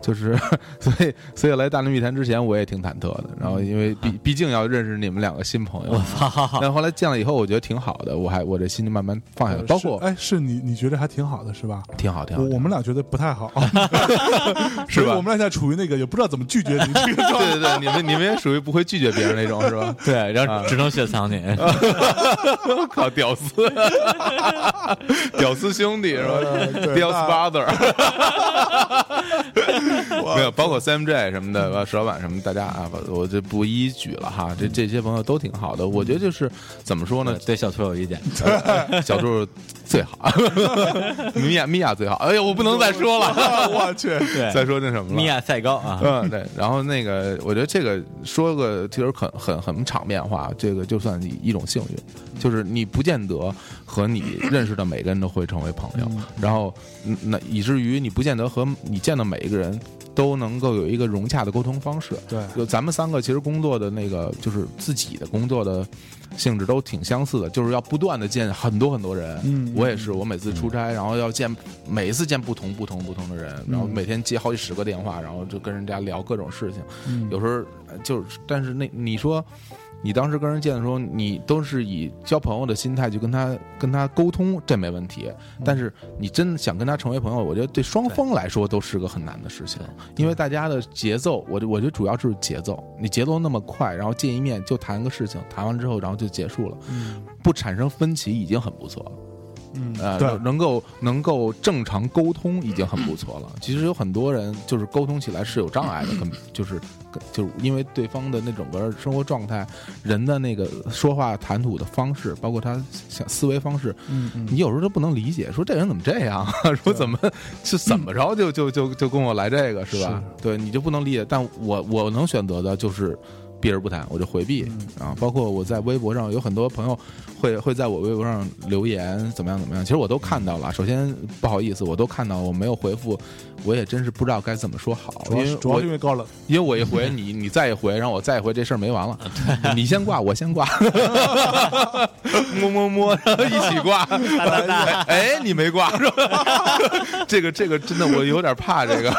Speaker 2: 就是 *laughs* 所以所以来大内密谈之前我也挺忐忑的，然后因为毕毕竟要认识你们两个新朋友， *laughs* 但后来见了以后，我觉得挺好的，我还我这心就慢慢放下了，包括
Speaker 1: 是哎，是你你觉得还挺好的是吧？
Speaker 2: 挺好挺好
Speaker 1: 我，我们俩觉得不太
Speaker 2: *laughs*
Speaker 1: 好，
Speaker 2: 是吧
Speaker 1: 所以我们俩现在处于那个也不知道怎么拒绝你这个 *laughs* 状态。
Speaker 2: 对对对，你们你们也属于不会拒绝别人那种是吧？ *laughs*
Speaker 3: 对，然
Speaker 1: 啊
Speaker 3: 后只能雪藏你，
Speaker 2: 靠，屌丝， *laughs* 屌丝兄弟是吧
Speaker 1: 呃对
Speaker 2: 屌丝
Speaker 1: 那 *laughs*
Speaker 2: brother，没有，包括 Sam J 什么的，呃石老板什么，大家啊，我这不一一举了哈，这这些朋友都挺好的，我觉得就是怎么说呢，
Speaker 3: *laughs* 对小兔有意见，
Speaker 2: *laughs* 小柱最好， *laughs* 米娅米娅最好，哎呀，我不能再说了，
Speaker 1: *laughs* 我去，
Speaker 3: 对，
Speaker 2: 再说那什么了，
Speaker 3: 米亚赛高啊，
Speaker 2: 嗯，对。然后那个，我觉得这个说个其实很很很场面化，这个就算一一种幸运，就是你不见得和你认识的每个人都会成为朋友，然后嗯那以至于你不见得和你见的每一个人都能够有一个融洽的沟通方式。
Speaker 1: 对
Speaker 2: 就咱们三个其实工作的那个就是自己的工作的性质都挺相似的，就是要不断的见很多很多人。
Speaker 1: 嗯
Speaker 2: 我也是，我每次出差，然后要见每一次见不同不同不同的人，然后每天接好几十个电话，然后就跟人家聊各种事情。
Speaker 1: 嗯
Speaker 2: 有时候呃就是，但是那你说。你当时跟人见的时候，你都是以交朋友的心态去跟他跟他沟通，这没问题。但是你真想跟他成为朋友，我觉得对双方来说都是个很难的事情，因为大家的节奏，我就我觉得主要是节奏，你节奏那么快，然后见一面就谈个事情，谈完之后然后就结束了，
Speaker 1: 嗯
Speaker 2: 不产生分歧已经很不错了。
Speaker 1: 嗯，
Speaker 2: 呃，
Speaker 1: 对
Speaker 2: 能，能够能够正常沟通已经很不错了。其实有很多人就是沟通起来是有障碍的，跟就是跟就是因为对方的那整个生活状态、人的那个说话谈吐的方式，包括他想思维方式，
Speaker 1: 嗯嗯
Speaker 2: 你有时候都不能理解，说这人怎么这样啊？ *laughs* 说怎么是怎么着就就就就跟我来这个是吧？对你就不能理解。但我我能选择的就是避而不谈，我就回避。
Speaker 1: 嗯
Speaker 2: 啊，包括我在微博上有很多朋友会会在我微博上留言怎么样怎么样，其实我都看到了。首先不好意思，我都看到了，我没有回复，我也真是不知道该怎么说好，
Speaker 1: 主
Speaker 2: 因
Speaker 1: 要
Speaker 2: 为
Speaker 1: 是主要
Speaker 2: 我
Speaker 1: 是因为高冷，
Speaker 2: 因为我一回你，你再一回，然后我再一回，这事儿没完
Speaker 3: *laughs*
Speaker 2: 了。你先挂，我先挂，摸摸摸，然后一起挂。哎，哎你没挂 *laughs* 是吧？这个这个真的，我有点怕这
Speaker 3: *laughs*
Speaker 2: 个。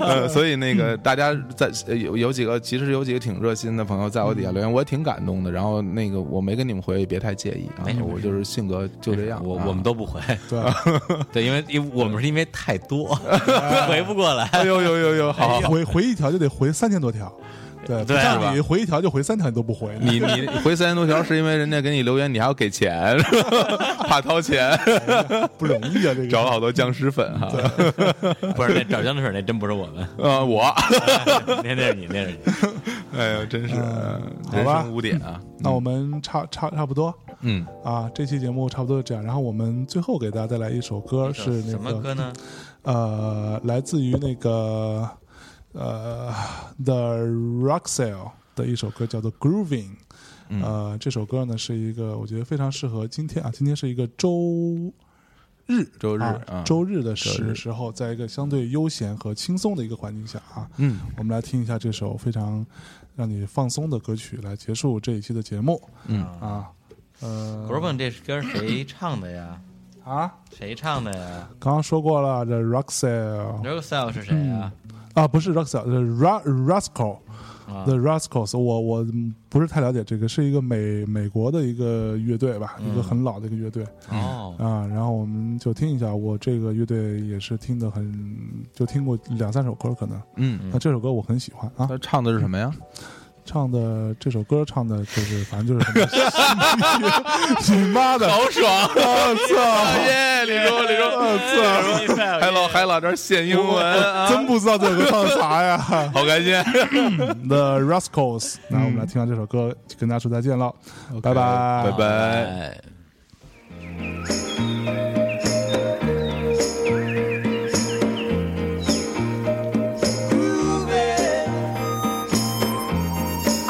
Speaker 2: 呃，所以那
Speaker 3: *laughs*
Speaker 2: 个大家在呃有有几个，其实有几个挺热心的朋友在我底下留言，我也挺感动的。然后那个我没跟你们回，别太介意啊
Speaker 3: 没事，没事
Speaker 2: 我就是性格就这样。
Speaker 3: 哎我
Speaker 2: 啊
Speaker 3: 我们都不回，
Speaker 1: 对，
Speaker 3: *laughs* 对，因为因为我们是因为太 *laughs* 多回不过来，
Speaker 2: 哎呦呦呦呦，好好。
Speaker 1: 回回一条就得回三千多条，对，不
Speaker 3: 对是
Speaker 1: 像
Speaker 3: 吧
Speaker 1: 你回一条就回三条，你都不回，
Speaker 2: 你你回三千多条是因为人家给你留言，你还要给钱，怕掏钱，
Speaker 1: 不容易啊，这个
Speaker 2: 找了好多僵尸粉哈。
Speaker 3: *laughs* 不是那找江的水那真不是我们， *laughs*
Speaker 2: 啊，我，
Speaker 3: 那那是你，那是你， *laughs*
Speaker 2: 哎呦，真是
Speaker 1: 嗯
Speaker 2: 人
Speaker 1: 好吧
Speaker 2: 生污点啊！
Speaker 1: 那我们差差差不多
Speaker 2: 嗯，
Speaker 1: 啊，这期节目差不多就这样。然后我们最后给大家带来一首歌，是那
Speaker 3: 什么
Speaker 1: 个
Speaker 3: 歌呢？
Speaker 1: 呃，来自于那个呃 The Roxelle 的一首歌，叫做 Grooving。呃，
Speaker 2: 嗯
Speaker 1: 这首歌呢是一个我觉得非常适合今天啊，今天是一个周日
Speaker 2: 周日
Speaker 1: 啊
Speaker 2: 啊，
Speaker 1: 周日的时
Speaker 2: 日
Speaker 1: 时候，在一个相对悠闲和轻松的一个环境下啊，
Speaker 2: 嗯，
Speaker 1: 我们来听一下这首非常让你放松的歌曲，来结束这一期的节目。
Speaker 2: 嗯
Speaker 1: 啊，呃
Speaker 3: 不是问这歌谁唱的呀？
Speaker 1: 啊，
Speaker 3: 谁唱的呀
Speaker 1: 刚刚说过了，这 Roxelle
Speaker 3: r o x e l 是谁呀？
Speaker 1: 啊，不是 Roxelle，r Rascal。
Speaker 3: 啊
Speaker 1: The Rascals，我我嗯不是太了解这个，是一个美美国的一个乐队吧，一个很老的一个乐队
Speaker 3: 哦，
Speaker 1: 啊。然后我们就听一下，我这个乐队也是听的很，就听过两三首歌可能。
Speaker 2: 嗯，
Speaker 1: 那这首歌我很喜欢啊，
Speaker 2: 他唱的是什么呀？
Speaker 1: 唱的这首歌唱的就是反正就是什么，你 *laughs* 妈的，
Speaker 2: 好爽！我操啊耶！李叔，李叔，我操！还老还老这儿现英文啊，
Speaker 1: 真不知道这首歌唱的啥
Speaker 2: *laughs*
Speaker 1: 呀。
Speaker 2: 好开心！
Speaker 1: The Rascals，那我们来听完这首歌，就跟大家说再见了，拜拜，
Speaker 2: 拜拜。
Speaker 3: 哎。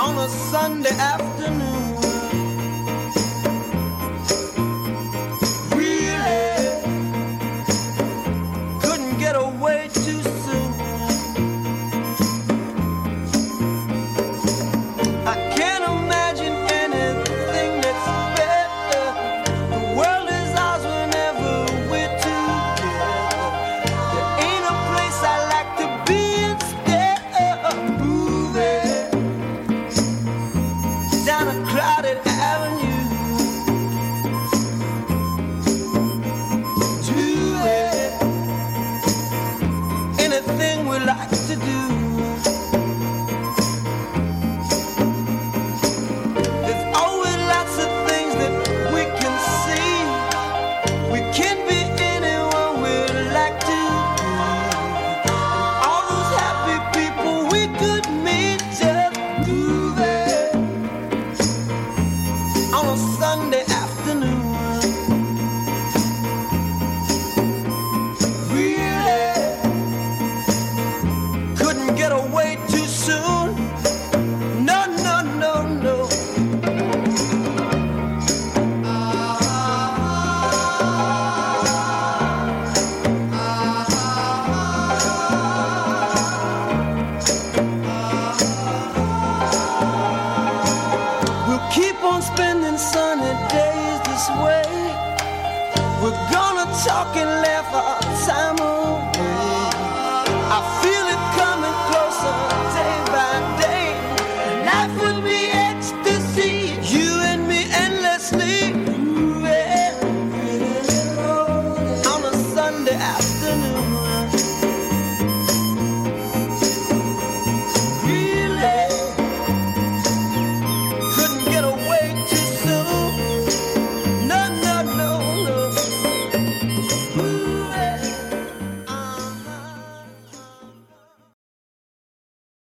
Speaker 4: on a Sunday afternoon. Uh-huh.